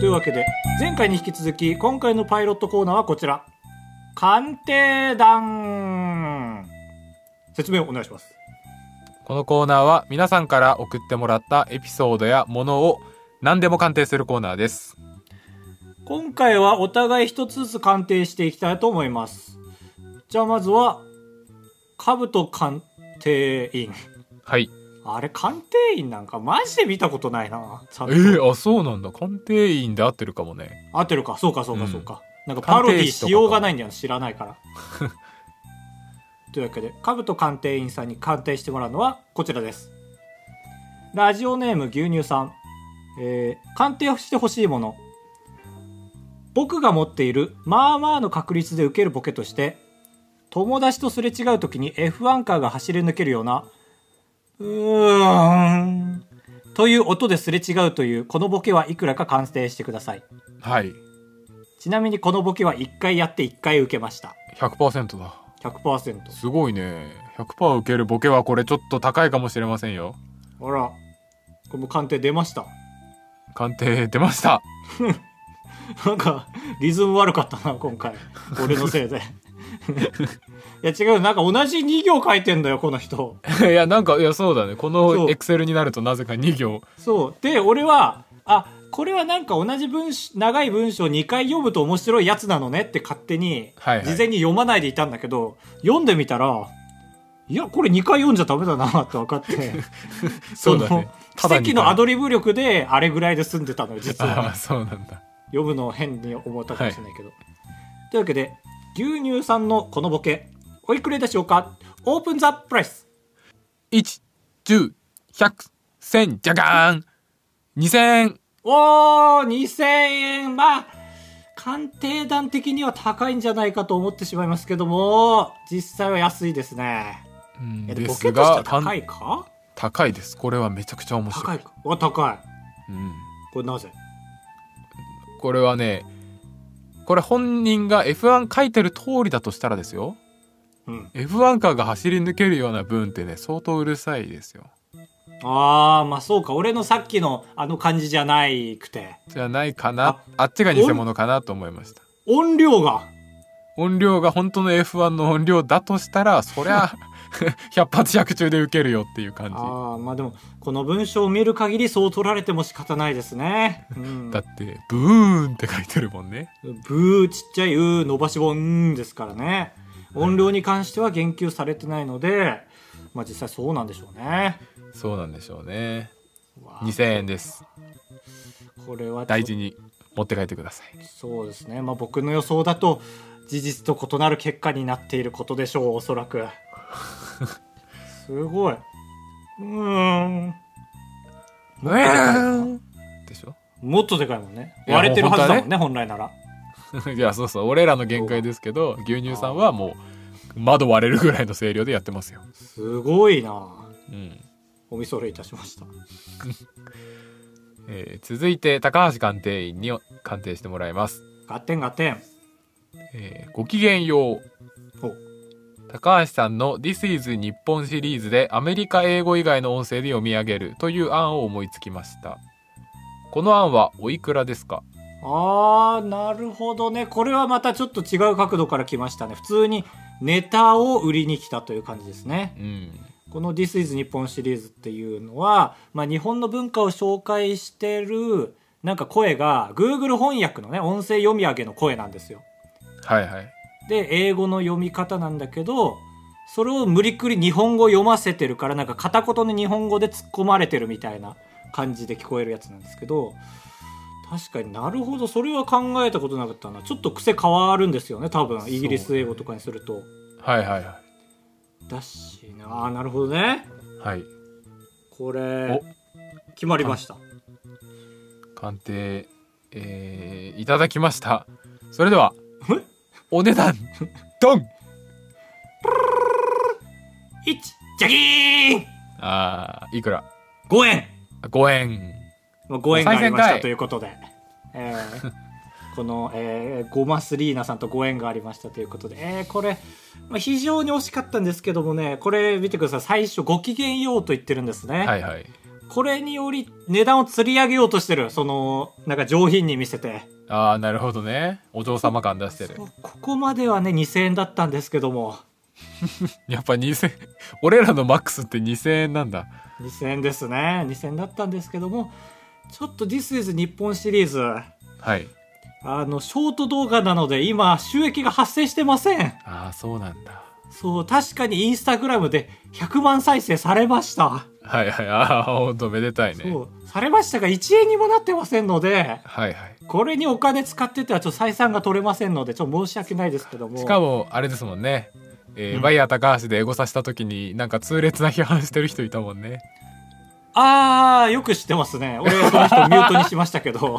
[SPEAKER 1] というわけで前回に引き続き今回のパイロットコーナーはこちら鑑定団説明をお願いします
[SPEAKER 2] このコーナーは皆さんから送ってもらったエピソードやものを何でも鑑定するコーナーです
[SPEAKER 1] 今回はお互い一つずつ鑑定していきたいと思いますじゃあまずは兜鑑定員
[SPEAKER 2] はい
[SPEAKER 1] あれ鑑定員なんかマジで見たことないなちゃん
[SPEAKER 2] え
[SPEAKER 1] と
[SPEAKER 2] ー、あそうなんだ鑑定員で合ってるかもね
[SPEAKER 1] 合ってるかそうかそうかそうか、なんかパ
[SPEAKER 2] 鑑
[SPEAKER 1] ロデ
[SPEAKER 2] 定
[SPEAKER 1] ィ
[SPEAKER 2] 士とかか
[SPEAKER 1] しようがないんだよ知らないから というわけで兜鑑定員さんに鑑定してもらうのはこちらですラジオネーム牛乳さん、えー鑑定してほしいもの僕が持っているまあまあの確率で受けるボケとして友達とすれ違う時に F1 カーが走り抜けるようなうーんという音ですれ違うというこのボケはいくらか鑑定してください
[SPEAKER 2] はい
[SPEAKER 1] ちなみにこのボケは1回やって1回受けました。
[SPEAKER 2] 100%だ
[SPEAKER 1] 100%。
[SPEAKER 2] すごいね100%受けるボケはこれちょっと高いかもしれませんよ
[SPEAKER 1] あら、これもう鑑定出ました。
[SPEAKER 2] 鑑定出ました
[SPEAKER 1] なんか、リズム悪かったな、今回。俺のせいで。 いや違う、なんか同じ2行書いてんだよ、この人。
[SPEAKER 2] いやなんかいやそうだねこ
[SPEAKER 1] そ
[SPEAKER 2] の
[SPEAKER 1] う
[SPEAKER 2] エクセルになるとなぜか2行
[SPEAKER 1] そう。で、俺は、あ、これはなんか同じ文章、長い文章2回読むと面白いやつなのねって勝手に、
[SPEAKER 2] はいはい
[SPEAKER 1] 事前に読まないでいたんだけど、読んでみたら、いや、これ2回読んじゃダメだなって分かって。
[SPEAKER 2] そうだね
[SPEAKER 1] その奇跡のア
[SPEAKER 2] ド
[SPEAKER 1] ドリブ力であれぐらいで済んでたのよ実
[SPEAKER 2] あ
[SPEAKER 1] は
[SPEAKER 2] あそうなんだ
[SPEAKER 1] 読むのを変に思ったかもしれないけど、というわけで牛乳さんのこのボケおいくらでしょうかオープンザプライス
[SPEAKER 2] 1 1 0 1 0 0 1 0 0 0じゃがーん2000
[SPEAKER 1] おー2000円まあ鑑定団的には高いんじゃないかと思ってしまいますけども実際は安いですね
[SPEAKER 2] うん
[SPEAKER 1] えで
[SPEAKER 2] で
[SPEAKER 1] ボ
[SPEAKER 2] す
[SPEAKER 1] ケとして
[SPEAKER 2] が
[SPEAKER 1] は高
[SPEAKER 2] 単
[SPEAKER 1] いか
[SPEAKER 2] 高いですこれはめちゃくちゃ面白い
[SPEAKER 1] 高いかわ高い
[SPEAKER 2] うん、
[SPEAKER 1] これなぜ
[SPEAKER 2] これはねこれ本人が F1 書いてる通りだとしたらですよ
[SPEAKER 1] うん
[SPEAKER 2] F1 カーが走り抜けるような分ってね相当うるさいですよ
[SPEAKER 1] ああまあそうか俺のさっきのあの感じじゃないくて
[SPEAKER 2] じゃないかなあっちが偽物かなと思いました
[SPEAKER 1] 音量が
[SPEAKER 2] 音量が本当の F1 の音量だとしたらそ りゃ百発百中で受けるよっていう感じ
[SPEAKER 1] ああまあでもこの文章を見る限りそう取られても仕方ないですね、うん、
[SPEAKER 2] だってブーンって書いてるもんね
[SPEAKER 1] ブーちっちゃいうー伸ばし棒うーんですからね音量に関しては言及されてないのでまあ実際そうなんでしょうね
[SPEAKER 2] そうなんでしょうね
[SPEAKER 1] わあ
[SPEAKER 2] 2000円です
[SPEAKER 1] これはちょ
[SPEAKER 2] 大事に持って帰ってください
[SPEAKER 1] そうですねまあ僕の予想だと事実と異なる結果になっていることでしょうおそら くすごいうーん
[SPEAKER 2] でしょ
[SPEAKER 1] もっとでかいもんね
[SPEAKER 2] いや
[SPEAKER 1] 割れてるはずだもん
[SPEAKER 2] も
[SPEAKER 1] ね本来なら
[SPEAKER 2] いやそうそう俺らの限界ですけど牛乳さんはもう窓割れるぐらいの声量でやってますよ、
[SPEAKER 1] すごいな
[SPEAKER 2] うん
[SPEAKER 1] お見それいたしました
[SPEAKER 2] えー続いて高橋鑑定員に鑑定してもらいます、
[SPEAKER 1] ガテンガテン
[SPEAKER 2] えーごきげんよう
[SPEAKER 1] お
[SPEAKER 2] 高橋さんの This is 日本シリーズでアメリカ英語以外の音声で読み上げるという案を思いつきました。この案はおいくらですか
[SPEAKER 1] あー、なるほどね。これはまたちょっと違う角度から来ましたね。普通にネタを売りに来たという感じですね。
[SPEAKER 2] うん。
[SPEAKER 1] この This is 日本シリーズっていうのは、まあ、日本の文化を紹介してる、なんか声が Google 翻訳のね、音声読み上げの声なんですよ。
[SPEAKER 2] はいはい。
[SPEAKER 1] で、英語の読み方なんだけど、それを無理くり日本語読ませてるから、なんか片言の日本語で突っ込まれてるみたいな感じで聞こえるやつなんですけど、確かになるほど、それは考えたことなかったな。ちょっと癖変わるんですよね、多分。イギリス英語とかにすると。
[SPEAKER 2] はいはいは
[SPEAKER 1] だしな、あーなるほどね。
[SPEAKER 2] い。はい。
[SPEAKER 1] これ、決まりました。
[SPEAKER 2] 鑑定、えーいただきました。それでは
[SPEAKER 1] え、
[SPEAKER 2] お値段、ドン
[SPEAKER 1] 1、ジャキーン
[SPEAKER 2] あーいくら
[SPEAKER 1] !5 円
[SPEAKER 2] 5円。
[SPEAKER 1] まあ5円がありまし
[SPEAKER 2] 最先
[SPEAKER 1] た
[SPEAKER 2] 端
[SPEAKER 1] ということで、えーこの、えー、ゴマスリーナさんとご縁がありましたということで、えーこれ、まあ、非常に惜しかったんですけどもねこれ見てください最初ご機嫌ようと言ってるんですね、
[SPEAKER 2] はいはい。
[SPEAKER 1] これにより値段を釣り上げようとしてるそのなんか上品に見せて
[SPEAKER 2] ああ、なるほどね。お嬢様感出してる。
[SPEAKER 1] ここまではね2000円だったんですけども
[SPEAKER 2] やっぱ2000、俺 らのマックスって2000円なんだ。
[SPEAKER 1] 2000円ですね2000円だったんですけどもちょっと「This is 日本」シリーズ
[SPEAKER 2] はい。
[SPEAKER 1] あのショート動画なので今収益が発生してません
[SPEAKER 2] ああ、そうなんだ。
[SPEAKER 1] そう、確かにインスタグラムで100万再生されました。
[SPEAKER 2] はいはい。ああ、ほんとめでたいね。
[SPEAKER 1] そう、されましたが1円にもなってませんので、
[SPEAKER 2] はいはい。
[SPEAKER 1] これにお金使っててはちょっと採算が取れませんので、ちょっと申し訳ないですけども。
[SPEAKER 2] しかも、あれですもんね。えー
[SPEAKER 1] うん
[SPEAKER 2] バイヤー高橋でエゴさした時になんか痛烈な批判してる人いたもんね。
[SPEAKER 1] あー、よく知ってますね。俺はその人ミュートにしましたけ ど。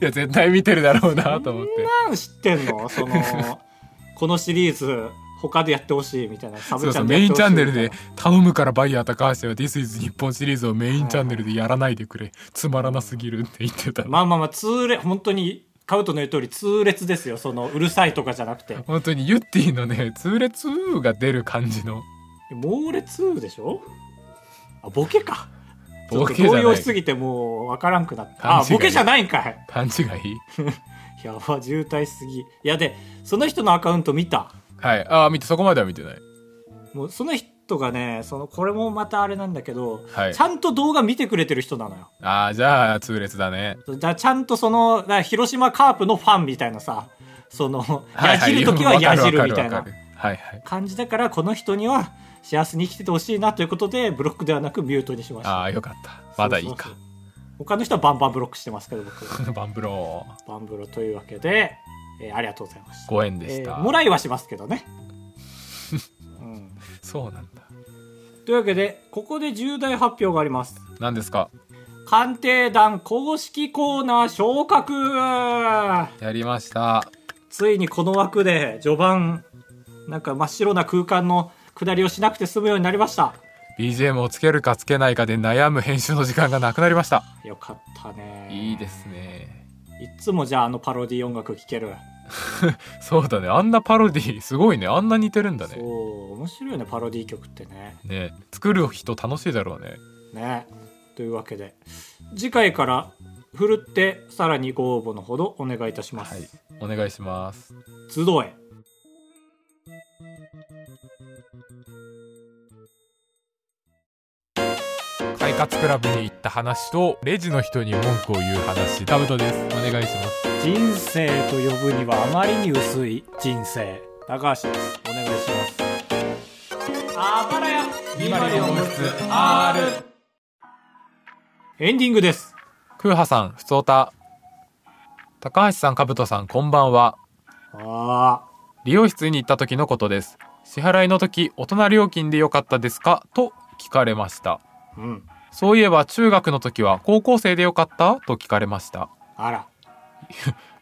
[SPEAKER 2] いや絶対見てるだろうなと思って。
[SPEAKER 1] 何知ってんのその、このシリーズ、他でやってほしいみたいな。サブ
[SPEAKER 2] そう
[SPEAKER 1] チ
[SPEAKER 2] そ
[SPEAKER 1] ャ
[SPEAKER 2] う
[SPEAKER 1] ンネ
[SPEAKER 2] メ
[SPEAKER 1] ルや
[SPEAKER 2] イン
[SPEAKER 1] って
[SPEAKER 2] チ
[SPEAKER 1] ほ
[SPEAKER 2] ャ
[SPEAKER 1] しいみたいな
[SPEAKER 2] ンネルで頼むからバイヤー高橋は This is 日本シリーズをメインチャンネルでやらないでくれつまらなすぎるって言ってた、
[SPEAKER 1] まあまあまあ、痛烈、本当に、カウトの言う通り痛烈ですよ。その、うるさいとかじゃなくて。
[SPEAKER 2] 本当にユッティのね痛烈が出る感じの
[SPEAKER 1] 猛烈でしょあボケか
[SPEAKER 2] ボケじ
[SPEAKER 1] ちょ
[SPEAKER 2] ゃ
[SPEAKER 1] っと
[SPEAKER 2] ない
[SPEAKER 1] 動揺しすぎてもう分からんくなった
[SPEAKER 2] 勘
[SPEAKER 1] あ
[SPEAKER 2] 違い
[SPEAKER 1] ボケじゃないんかい
[SPEAKER 2] 勘違い
[SPEAKER 1] やば渋滞しすぎいやでその人のアカウント見た
[SPEAKER 2] はいああ見てそこまでは見てない
[SPEAKER 1] もうその人がねそのこれもまたあれなんだけど、
[SPEAKER 2] はい
[SPEAKER 1] ちゃんと動画見てくれてる人なのよ
[SPEAKER 2] ああじゃあ痛烈だね
[SPEAKER 1] だからちゃんとそのだから広島カープのファンみたいなさその、
[SPEAKER 2] はい
[SPEAKER 1] や
[SPEAKER 2] はい
[SPEAKER 1] じる時はやじるみた
[SPEAKER 2] わか
[SPEAKER 1] い
[SPEAKER 2] わ
[SPEAKER 1] な
[SPEAKER 2] かるわかるはいはい
[SPEAKER 1] 感じだからこの人には幸せに生きててほしいなということでブロックではなくミュートにしました
[SPEAKER 2] ああよかったまだいいか
[SPEAKER 1] そうそうそう他の人はバンバンブロックしてますけど僕
[SPEAKER 2] バンブロ
[SPEAKER 1] バンブロというわけで、えーありがとうございまし
[SPEAKER 2] ー
[SPEAKER 1] た
[SPEAKER 2] ご縁でした、
[SPEAKER 1] えーもらいはしますけど ね、うん、
[SPEAKER 2] そうなんだ
[SPEAKER 1] というわけでここで重大発表があります
[SPEAKER 2] 何ですか
[SPEAKER 1] 鑑定団公式コーナー昇格
[SPEAKER 2] やりました
[SPEAKER 1] ついにこの枠で序盤なんか真っ白な空間の下りをしなくて済むようになりました
[SPEAKER 2] BGM をつけるかつけないかで悩む編集の時間がなくなりました
[SPEAKER 1] よかったね
[SPEAKER 2] いいですね
[SPEAKER 1] いつもじゃああのパロディ音楽聴ける、
[SPEAKER 2] そうだねあんなパロディすごいねあんな似てるんだ
[SPEAKER 1] そ
[SPEAKER 2] ね
[SPEAKER 1] う面白いよねパロディ曲ってね
[SPEAKER 2] ね作る人楽しいだろうね
[SPEAKER 1] ねというわけで次回からふるってさらにご応募のほどお願いいたしま
[SPEAKER 2] はい
[SPEAKER 1] す、
[SPEAKER 2] お願いします
[SPEAKER 1] 集え
[SPEAKER 2] 快活クラブに行った話とレジの人に文句を言う話タブトですお願いします
[SPEAKER 1] 人生と呼ぶにはあまりに薄い人生高橋ですお願いしますあばらやエンディングです
[SPEAKER 2] クーハさんふつおた高橋さんかぶとさんこんばんは
[SPEAKER 1] あ
[SPEAKER 2] 理容室に行った時のことです支払いの時大人料金でよかったですかと聞かれました
[SPEAKER 1] ーうん
[SPEAKER 2] そういえば中学の時は高校生でよかったと聞かれました
[SPEAKER 1] あら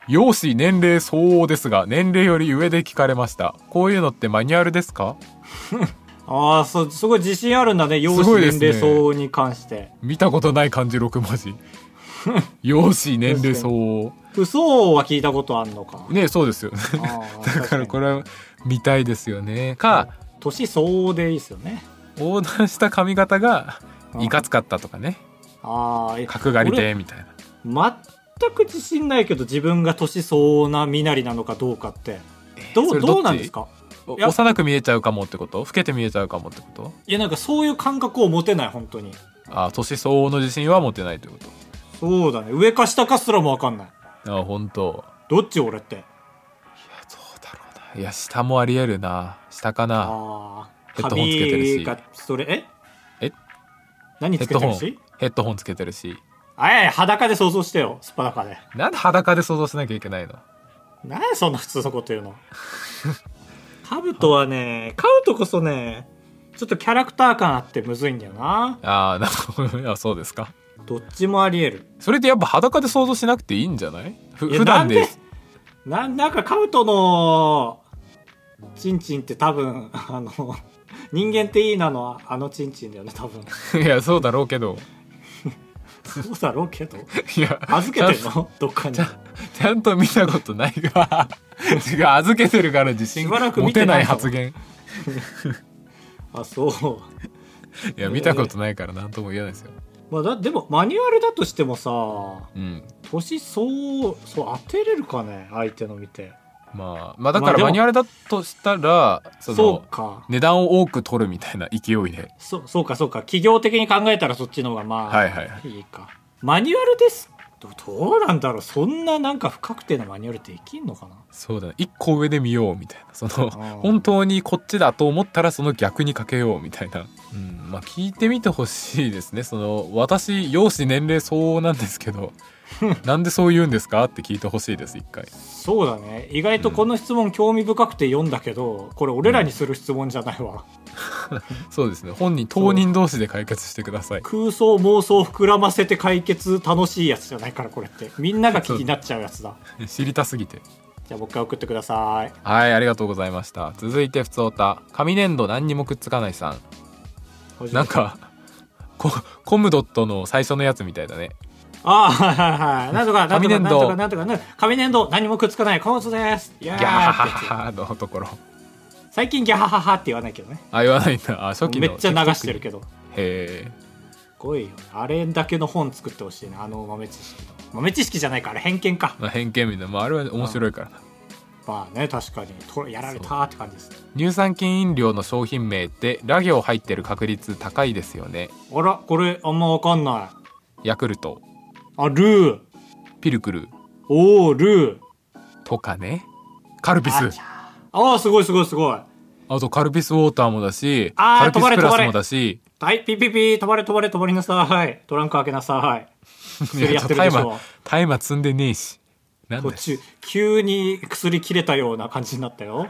[SPEAKER 2] 容姿年齢相応ですが年齢より上で聞かれましたこういうのってマニュアルですか
[SPEAKER 1] ああそうすごい自信あるんだね容
[SPEAKER 2] すごい
[SPEAKER 1] 姿
[SPEAKER 2] です
[SPEAKER 1] 年
[SPEAKER 2] ね
[SPEAKER 1] 齢相応に関して、
[SPEAKER 2] 見たことない漢字6文 字容姿年齢相応
[SPEAKER 1] 嘘は聞いたことあんのか
[SPEAKER 2] ねそうですよ
[SPEAKER 1] あー
[SPEAKER 2] だからこれは見たいですよねか
[SPEAKER 1] 年相応でいいですよね
[SPEAKER 2] 横断した髪型が
[SPEAKER 1] うん
[SPEAKER 2] いかつかったとかね
[SPEAKER 1] ああ
[SPEAKER 2] 角刈りでみたいな
[SPEAKER 1] 全く自信ないけど自分が年相応な身なりなのかどうかってど
[SPEAKER 2] それ
[SPEAKER 1] う
[SPEAKER 2] どっち
[SPEAKER 1] どうなんですか
[SPEAKER 2] お
[SPEAKER 1] いや
[SPEAKER 2] 幼く見えちゃうかもってこと老けて見えちゃうかもってこと
[SPEAKER 1] いやなんかそういう感覚を持てない本当に
[SPEAKER 2] あ年相応の自信は持てないってこ
[SPEAKER 1] そうだね上か下かすらも分かんない
[SPEAKER 2] とあ本当
[SPEAKER 1] どっち俺って
[SPEAKER 2] いやどうだろうないや下もありえるな下かな
[SPEAKER 1] ああ
[SPEAKER 2] ヘッドホンつけてるし
[SPEAKER 1] 髪がそれえ
[SPEAKER 2] え
[SPEAKER 1] 何
[SPEAKER 2] ヘ
[SPEAKER 1] つ
[SPEAKER 2] ッ
[SPEAKER 1] けて
[SPEAKER 2] ドホ
[SPEAKER 1] る
[SPEAKER 2] ン
[SPEAKER 1] し
[SPEAKER 2] ヘッドホンつけてるし
[SPEAKER 1] あいやいや裸で想像してよすっぱだかで
[SPEAKER 2] なんで裸で想像しなきゃいけないの
[SPEAKER 1] 何やそんな普通のこと言う のカブトはねカブトこそねちょっとキャラクター感あってむずいんだよな
[SPEAKER 2] ああなるほどい やそうですか
[SPEAKER 1] どっちもあり得る
[SPEAKER 2] それってやっぱ裸で想像しなくていいんじゃないふ
[SPEAKER 1] いや
[SPEAKER 2] 普段で
[SPEAKER 1] なんななんかカブトのチンチンって多分 あの人間っていいなのはあのチンチンだよね多分
[SPEAKER 2] いやそうだろうけど
[SPEAKER 1] そうだろうけど
[SPEAKER 2] いや
[SPEAKER 1] 預けてん
[SPEAKER 2] ちゃん
[SPEAKER 1] のどっかに
[SPEAKER 2] ちゃんと見たことないわ違う預けてるから自
[SPEAKER 1] し
[SPEAKER 2] 信
[SPEAKER 1] ばらく
[SPEAKER 2] 持
[SPEAKER 1] 見
[SPEAKER 2] て
[SPEAKER 1] て
[SPEAKER 2] な
[SPEAKER 1] ないい
[SPEAKER 2] 発言
[SPEAKER 1] あそう
[SPEAKER 2] いや見たことないから何とも言えないですよ
[SPEAKER 1] まあだでもマニュアルだとしてもさ
[SPEAKER 2] うん
[SPEAKER 1] 年そうそう当てれるかね相手の見て
[SPEAKER 2] まあまあだ
[SPEAKER 1] ま
[SPEAKER 2] か
[SPEAKER 1] あ
[SPEAKER 2] ら
[SPEAKER 1] でも
[SPEAKER 2] マニュアルだとしたらその
[SPEAKER 1] そうか
[SPEAKER 2] 値段を多く取るみたいな勢いで
[SPEAKER 1] そそうかそうか企業的に考えたらそっちの方がまあ、
[SPEAKER 2] はいはいはい
[SPEAKER 1] いかマニュアルですどどうなんだろうそんななんか不確定なマニュアルできんのかな
[SPEAKER 2] そうだね一個上で見ようみたいなその
[SPEAKER 1] ー
[SPEAKER 2] 本当にこっちだと思ったらその逆にかけようみたいな、うん、まあ聞いてみてほしいですねその私容姿年齢相応なんですけ どなんでそう言うんですかって聞いてほしいです一回
[SPEAKER 1] そうだね意外とこの質問興味深くて読んだけど、これ俺らにする質問じゃないわ、
[SPEAKER 2] そうですね本人当人同士で解決してください
[SPEAKER 1] 空想妄想膨らませて解決楽しいやつじゃないからこれってみんなが気になっちゃうやつだ
[SPEAKER 2] 知りたすぎて
[SPEAKER 1] じゃあもう一回送ってください
[SPEAKER 2] はいありがとうございました続いてふつおた紙粘土何にもくっつかないさんなんかココムドットの最初のやつみたいだね
[SPEAKER 1] ああはいはいはいなんとかなん
[SPEAKER 2] 紙
[SPEAKER 1] とかな
[SPEAKER 2] 粘
[SPEAKER 1] ん
[SPEAKER 2] 土
[SPEAKER 1] とかなんとかなんとか紙粘土何もくっつかないコモツですいや
[SPEAKER 2] ギャハハ
[SPEAKER 1] ーって
[SPEAKER 2] ハのところ
[SPEAKER 1] 最近ギャハハハって言わないけどね
[SPEAKER 2] あ言わないんだあ初期
[SPEAKER 1] め
[SPEAKER 2] の
[SPEAKER 1] っちゃ流してる
[SPEAKER 2] TikTok
[SPEAKER 1] けどす
[SPEAKER 2] へえ
[SPEAKER 1] ごいよあれだけの本作ってほしいなあの豆知識豆知識じゃないから偏見か
[SPEAKER 2] まあ、偏見みたいな、まあ、あれは面白いからな
[SPEAKER 1] まあね確かにとやられたって感じです
[SPEAKER 2] 乳酸菌飲料の商品名ってラ行入ってる確率高いですよね
[SPEAKER 1] あらこれあんまわかんない
[SPEAKER 2] ヤクルト
[SPEAKER 1] あルー
[SPEAKER 2] ピルクル
[SPEAKER 1] おおルー
[SPEAKER 2] とかねカルピ
[SPEAKER 1] あ
[SPEAKER 2] ス
[SPEAKER 1] ちゃあーすごいすごいすごい
[SPEAKER 2] あとカルピスウォーターもだし
[SPEAKER 1] あー
[SPEAKER 2] カルピスプ
[SPEAKER 1] 止
[SPEAKER 2] ラ
[SPEAKER 1] ま
[SPEAKER 2] ス
[SPEAKER 1] れ
[SPEAKER 2] もだし
[SPEAKER 1] はいピッピッピー止まれ止まれ止まりなさいトランク開けなさい薬やってる
[SPEAKER 2] タ
[SPEAKER 1] で
[SPEAKER 2] イ
[SPEAKER 1] し
[SPEAKER 2] マ
[SPEAKER 1] ょ
[SPEAKER 2] ータイマー積んでねえしなんだ
[SPEAKER 1] 途
[SPEAKER 2] よ
[SPEAKER 1] 中急に薬切れたような感じになったよ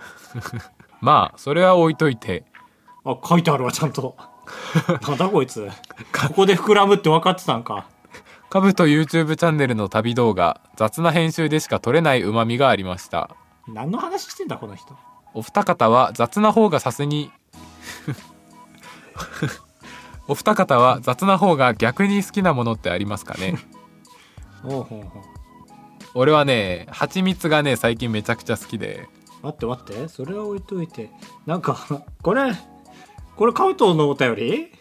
[SPEAKER 2] まあそれは置いといて
[SPEAKER 1] あ書いてあるわちゃんとなんだこいつここで膨らむって分かってたんか
[SPEAKER 2] カブと YouTube チャンネルの旅動画雑な編集でしか撮れないうまみがありました
[SPEAKER 1] 何の話してんだこの人
[SPEAKER 2] お二方は雑な方がさすに お二方は雑な方が逆に好きなものってありますか ね
[SPEAKER 1] おうほうほう
[SPEAKER 2] 俺はね蜂蜜がね最近めちゃくちゃ好きで
[SPEAKER 1] 待って待ってそれは置いといてなんかこれこれカウトのお便り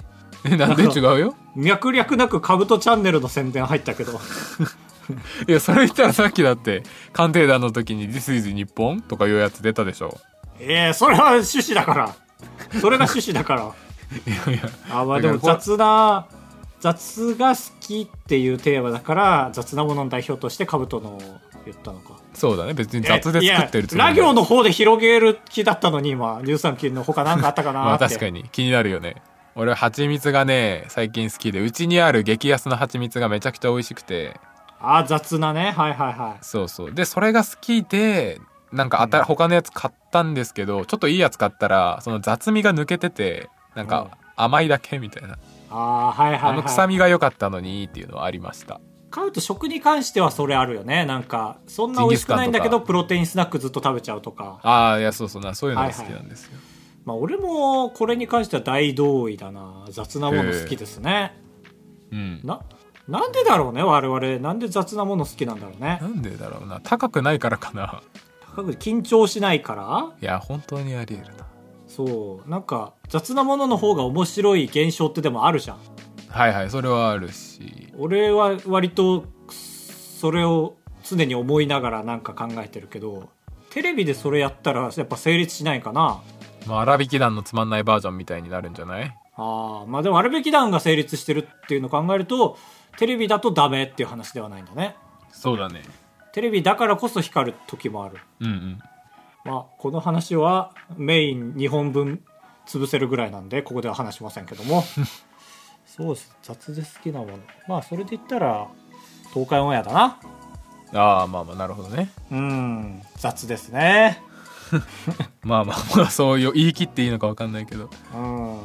[SPEAKER 2] えなんで違う よ
[SPEAKER 1] 脈略なくカブトチャンネルの宣伝入ったけど
[SPEAKER 2] いやそれ言ったらさっきだって鑑定団の時に「This is 日本」とかいうやつ出たでしょ
[SPEAKER 1] ええそれは趣旨だからそれが趣旨だから
[SPEAKER 2] いやいや
[SPEAKER 1] あまあでも
[SPEAKER 2] だからこ
[SPEAKER 1] 雑な雑が好きっていうテーマだから雑なものの代表としてカブトのを言ったのか
[SPEAKER 2] そうだね別に雑で
[SPEAKER 1] いや
[SPEAKER 2] 作ってるも
[SPEAKER 1] ラ
[SPEAKER 2] りない
[SPEAKER 1] 行の方で広げる気だったのに今乳酸菌の他何かあったか
[SPEAKER 2] ま
[SPEAKER 1] な
[SPEAKER 2] あ
[SPEAKER 1] って、
[SPEAKER 2] 確かに気になるよね俺は蜂蜜がね最近好きでうちにある激安の蜂蜜がめちゃくちゃ美味しくて
[SPEAKER 1] あ雑なねはいはいは
[SPEAKER 2] そうそうでそれが好きでなんかあた、
[SPEAKER 1] うん
[SPEAKER 2] 他のやつ買ったんですけどちょっといいやつ買ったらその雑味が抜けててなん
[SPEAKER 1] うん
[SPEAKER 2] か甘いだけみたいな、
[SPEAKER 1] いあーはいはい、はい、
[SPEAKER 2] あの臭みが良かったのにっていうのはありました
[SPEAKER 1] 買うと食に関してはそれあるよねなんかそんな美味しくないんだけ
[SPEAKER 2] ジンギスカ
[SPEAKER 1] ど
[SPEAKER 2] ンとか
[SPEAKER 1] プロテインスナックずっと食べちゃうとか
[SPEAKER 2] ああいやそうそうなそういうのが好きなんですよ、
[SPEAKER 1] まあ俺もこれに関しては大同意だな雑なもの好きですね
[SPEAKER 2] うん
[SPEAKER 1] ななんでだろうね我々なんで雑なもの好きなんだろうね
[SPEAKER 2] なんでだろうな高くないからかな
[SPEAKER 1] 各自緊張しないから
[SPEAKER 2] いや本当にあり得るな
[SPEAKER 1] そうなんか雑なものの方が面白い現象ってでもあるじゃん
[SPEAKER 2] はいはいそれはあるし
[SPEAKER 1] 俺は割とそれを常に思いながらなんか考えてるけどテレビでそれやったらやっぱ成立しないかな
[SPEAKER 2] まあ荒引き団のつまんないバージョンみたいになるんじゃない
[SPEAKER 1] あーまあでもあるべき団が成立してるっていうのを考えるとテレビだとダメっていう話ではないんだね
[SPEAKER 2] そうだね
[SPEAKER 1] テレビだからこそ光る時もある
[SPEAKER 2] うんうん
[SPEAKER 1] まあこの話はメイン2本分潰せるぐらいなんでここでは話しませんけども そうです雑で好きなものまあそれで言ったら東海オンエアだな
[SPEAKER 2] ああまあまあなるほどね
[SPEAKER 1] うん雑ですね
[SPEAKER 2] まあまあまあそうよ言い切っていいのか分かんないけど
[SPEAKER 1] うん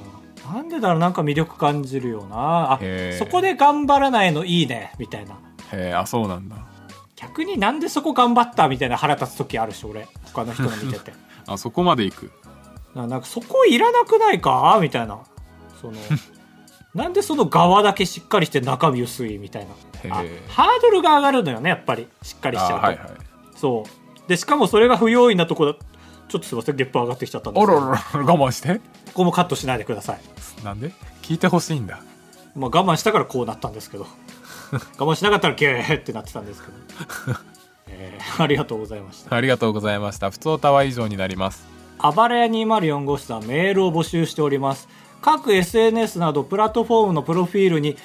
[SPEAKER 1] なんでだろうなんか魅力感じるよなあ
[SPEAKER 2] へー
[SPEAKER 1] そこで頑張らないのいいねみたいな
[SPEAKER 2] へえあそうなんだ
[SPEAKER 1] 逆になんでそこ頑張ったみたいな腹立つ時あるし俺他の人の見て て
[SPEAKER 2] あそこまで行く
[SPEAKER 1] ななんかそこいらなくないかみたいな そのなんでその側だけしっかりして中身薄いみたいなあ
[SPEAKER 2] へえ
[SPEAKER 1] ハードルが上がるのよねやっぱりしっかりしちゃうと、
[SPEAKER 2] はいはい
[SPEAKER 1] そうでしかもそれが不用意なとこだちょっとすいませんゲップ上がってきちゃったんで
[SPEAKER 2] あ
[SPEAKER 1] すけ
[SPEAKER 2] ら
[SPEAKER 1] ど
[SPEAKER 2] らら我慢して
[SPEAKER 1] ここもカットしないでください
[SPEAKER 2] なんで聞いてほしいんだ
[SPEAKER 1] まあ、我慢したからこうなったん ですけど我慢しなかったらゲーってなってたんですけど、えーありがとうございました
[SPEAKER 2] ありがとうございました普通タワー以上になります
[SPEAKER 1] 暴れ屋204号室ではメールを募集しております各 SNS などプラットフォームのプロフィールに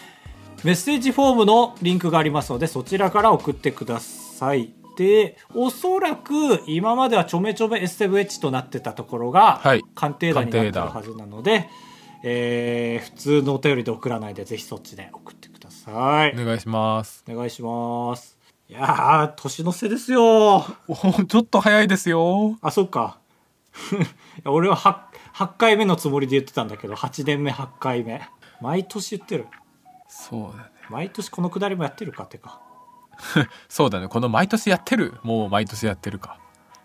[SPEAKER 1] メッセージフォームのリンクがありますのでそちらから送ってくださいでおそらく今まではちょめちょめ S7H となってたところが、
[SPEAKER 2] はい
[SPEAKER 1] 鑑定団になってるはずなので、えー普通のお便りで送らないでぜひそっちで送ってください
[SPEAKER 2] お願いします
[SPEAKER 1] お願いしますいやー年の瀬ですよ
[SPEAKER 2] おちょっと早いですよ
[SPEAKER 1] あそっか いや俺は 8, 8回目のつもりで言ってたんだけど8年目8回目毎年言ってる
[SPEAKER 2] そうだね
[SPEAKER 1] 毎年このくだりもやってるかってか
[SPEAKER 2] そうだねこの毎年やってるもう毎年やってるか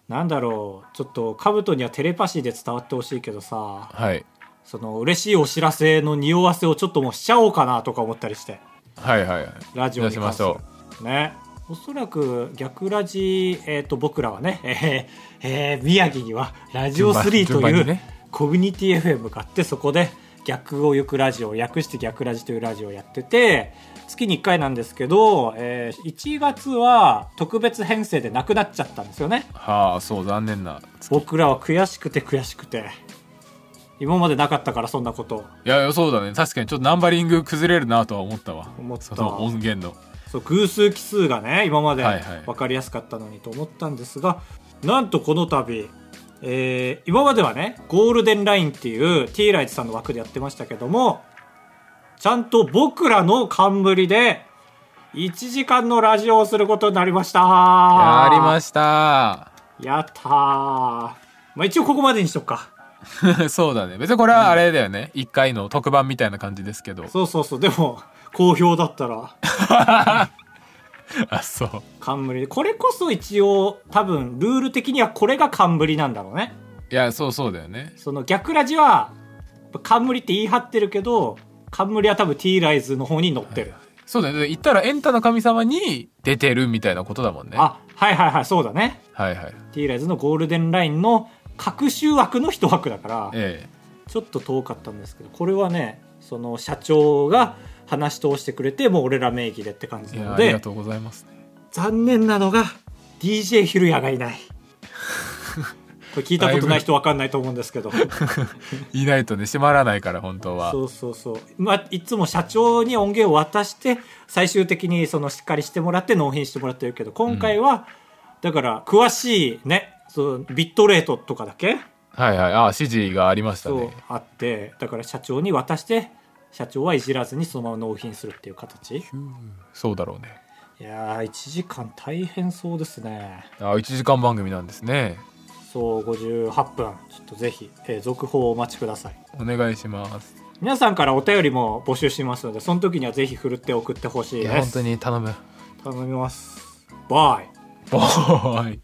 [SPEAKER 1] なんだろうちょっとカブトにはテレパシーで伝わってほしいけどさ
[SPEAKER 2] はい
[SPEAKER 1] その嬉しいお知らせの匂わせをちょっともうしちゃおうかなとか思ったりして
[SPEAKER 2] はいはいはい
[SPEAKER 1] ラジオに関する
[SPEAKER 2] どうしま
[SPEAKER 1] ねおそらく逆ラジ、えー、と僕らはね、えーえー宮城にはラジオ3と
[SPEAKER 2] 順番順番
[SPEAKER 1] い
[SPEAKER 2] に
[SPEAKER 1] う
[SPEAKER 2] ね
[SPEAKER 1] コミュニティ FM があってそこで逆を行くラジオ訳して逆ラジというラジオをやってて月に1回なんですけど、えー1月は特別編成でなくなっちゃったんですよね
[SPEAKER 2] はあそう残念な
[SPEAKER 1] 僕らは悔しくて悔しくて今までなかったからそんなこと
[SPEAKER 2] いやいやそうだね確かにちょっとナンバリング崩れるなとは思ったわ
[SPEAKER 1] 思った
[SPEAKER 2] その音源の
[SPEAKER 1] そう偶数奇数がね今まで
[SPEAKER 2] はいはい
[SPEAKER 1] 分かりやすかったのにと思ったんですが、なんとこの度、えー今まではねゴールデンラインっていう T ライズさんの枠でやってましたけどもちゃんと僕らの冠で1時間のラジオをすることになりました
[SPEAKER 2] やりま
[SPEAKER 1] し
[SPEAKER 2] した
[SPEAKER 1] やったー、まあ、一応ここまでにしとくか
[SPEAKER 2] そうだね別にこれはあれだよね一回の特番みたいな感じですけど
[SPEAKER 1] そうそうそうでも好評だったら
[SPEAKER 2] あそう
[SPEAKER 1] 冠でこれこそ一応多分ルール的にはこれが冠なんだろうね
[SPEAKER 2] いやそうそうだよね
[SPEAKER 1] その逆ラジは冠って言い張ってるけど冠は多分 T ライズの方に乗ってる、
[SPEAKER 2] そうだよね言ったらエンタの神様に出てるみたいなことだもんねは
[SPEAKER 1] あはいはいはいそうだね
[SPEAKER 2] いはい
[SPEAKER 1] T ライズのゴールデンラインの各週枠の一枠だから
[SPEAKER 2] え
[SPEAKER 1] ちょっと遠かったんですけどこれはねその社長が話し通してくれてもう俺ら名義でって感
[SPEAKER 2] え
[SPEAKER 1] じ
[SPEAKER 2] い
[SPEAKER 1] な
[SPEAKER 2] や
[SPEAKER 1] の
[SPEAKER 2] ありが
[SPEAKER 1] で
[SPEAKER 2] とうございます
[SPEAKER 1] 残念なのが DJ ヒルヤがい ないこれ聞いたことない人分かんないと思うんですけど
[SPEAKER 2] いないとね閉まらないから本当は
[SPEAKER 1] そうそうそう、まあ、いつも社長に音源を渡して最終的にそのしっかりしてもらって納品してもらってるけど今回は、だから詳しいねそのビットレートとかだけ
[SPEAKER 2] はいはいあ指示がありました
[SPEAKER 1] そう
[SPEAKER 2] ね
[SPEAKER 1] あってだから社長に渡して社長はいじらずにそのまま納品するっていう形い
[SPEAKER 2] そうだろうね
[SPEAKER 1] やー1時間大変そうですね
[SPEAKER 2] あ1時間番組なんですね
[SPEAKER 1] そう58分ちょっとぜひ、えー続報をお待ちください
[SPEAKER 2] お願いします
[SPEAKER 1] 皆さんからお便りも募集しますのでその時にはぜひ振るって送ってほしい
[SPEAKER 2] い
[SPEAKER 1] です
[SPEAKER 2] や本当に頼む
[SPEAKER 1] 頼みますバイ
[SPEAKER 2] バイ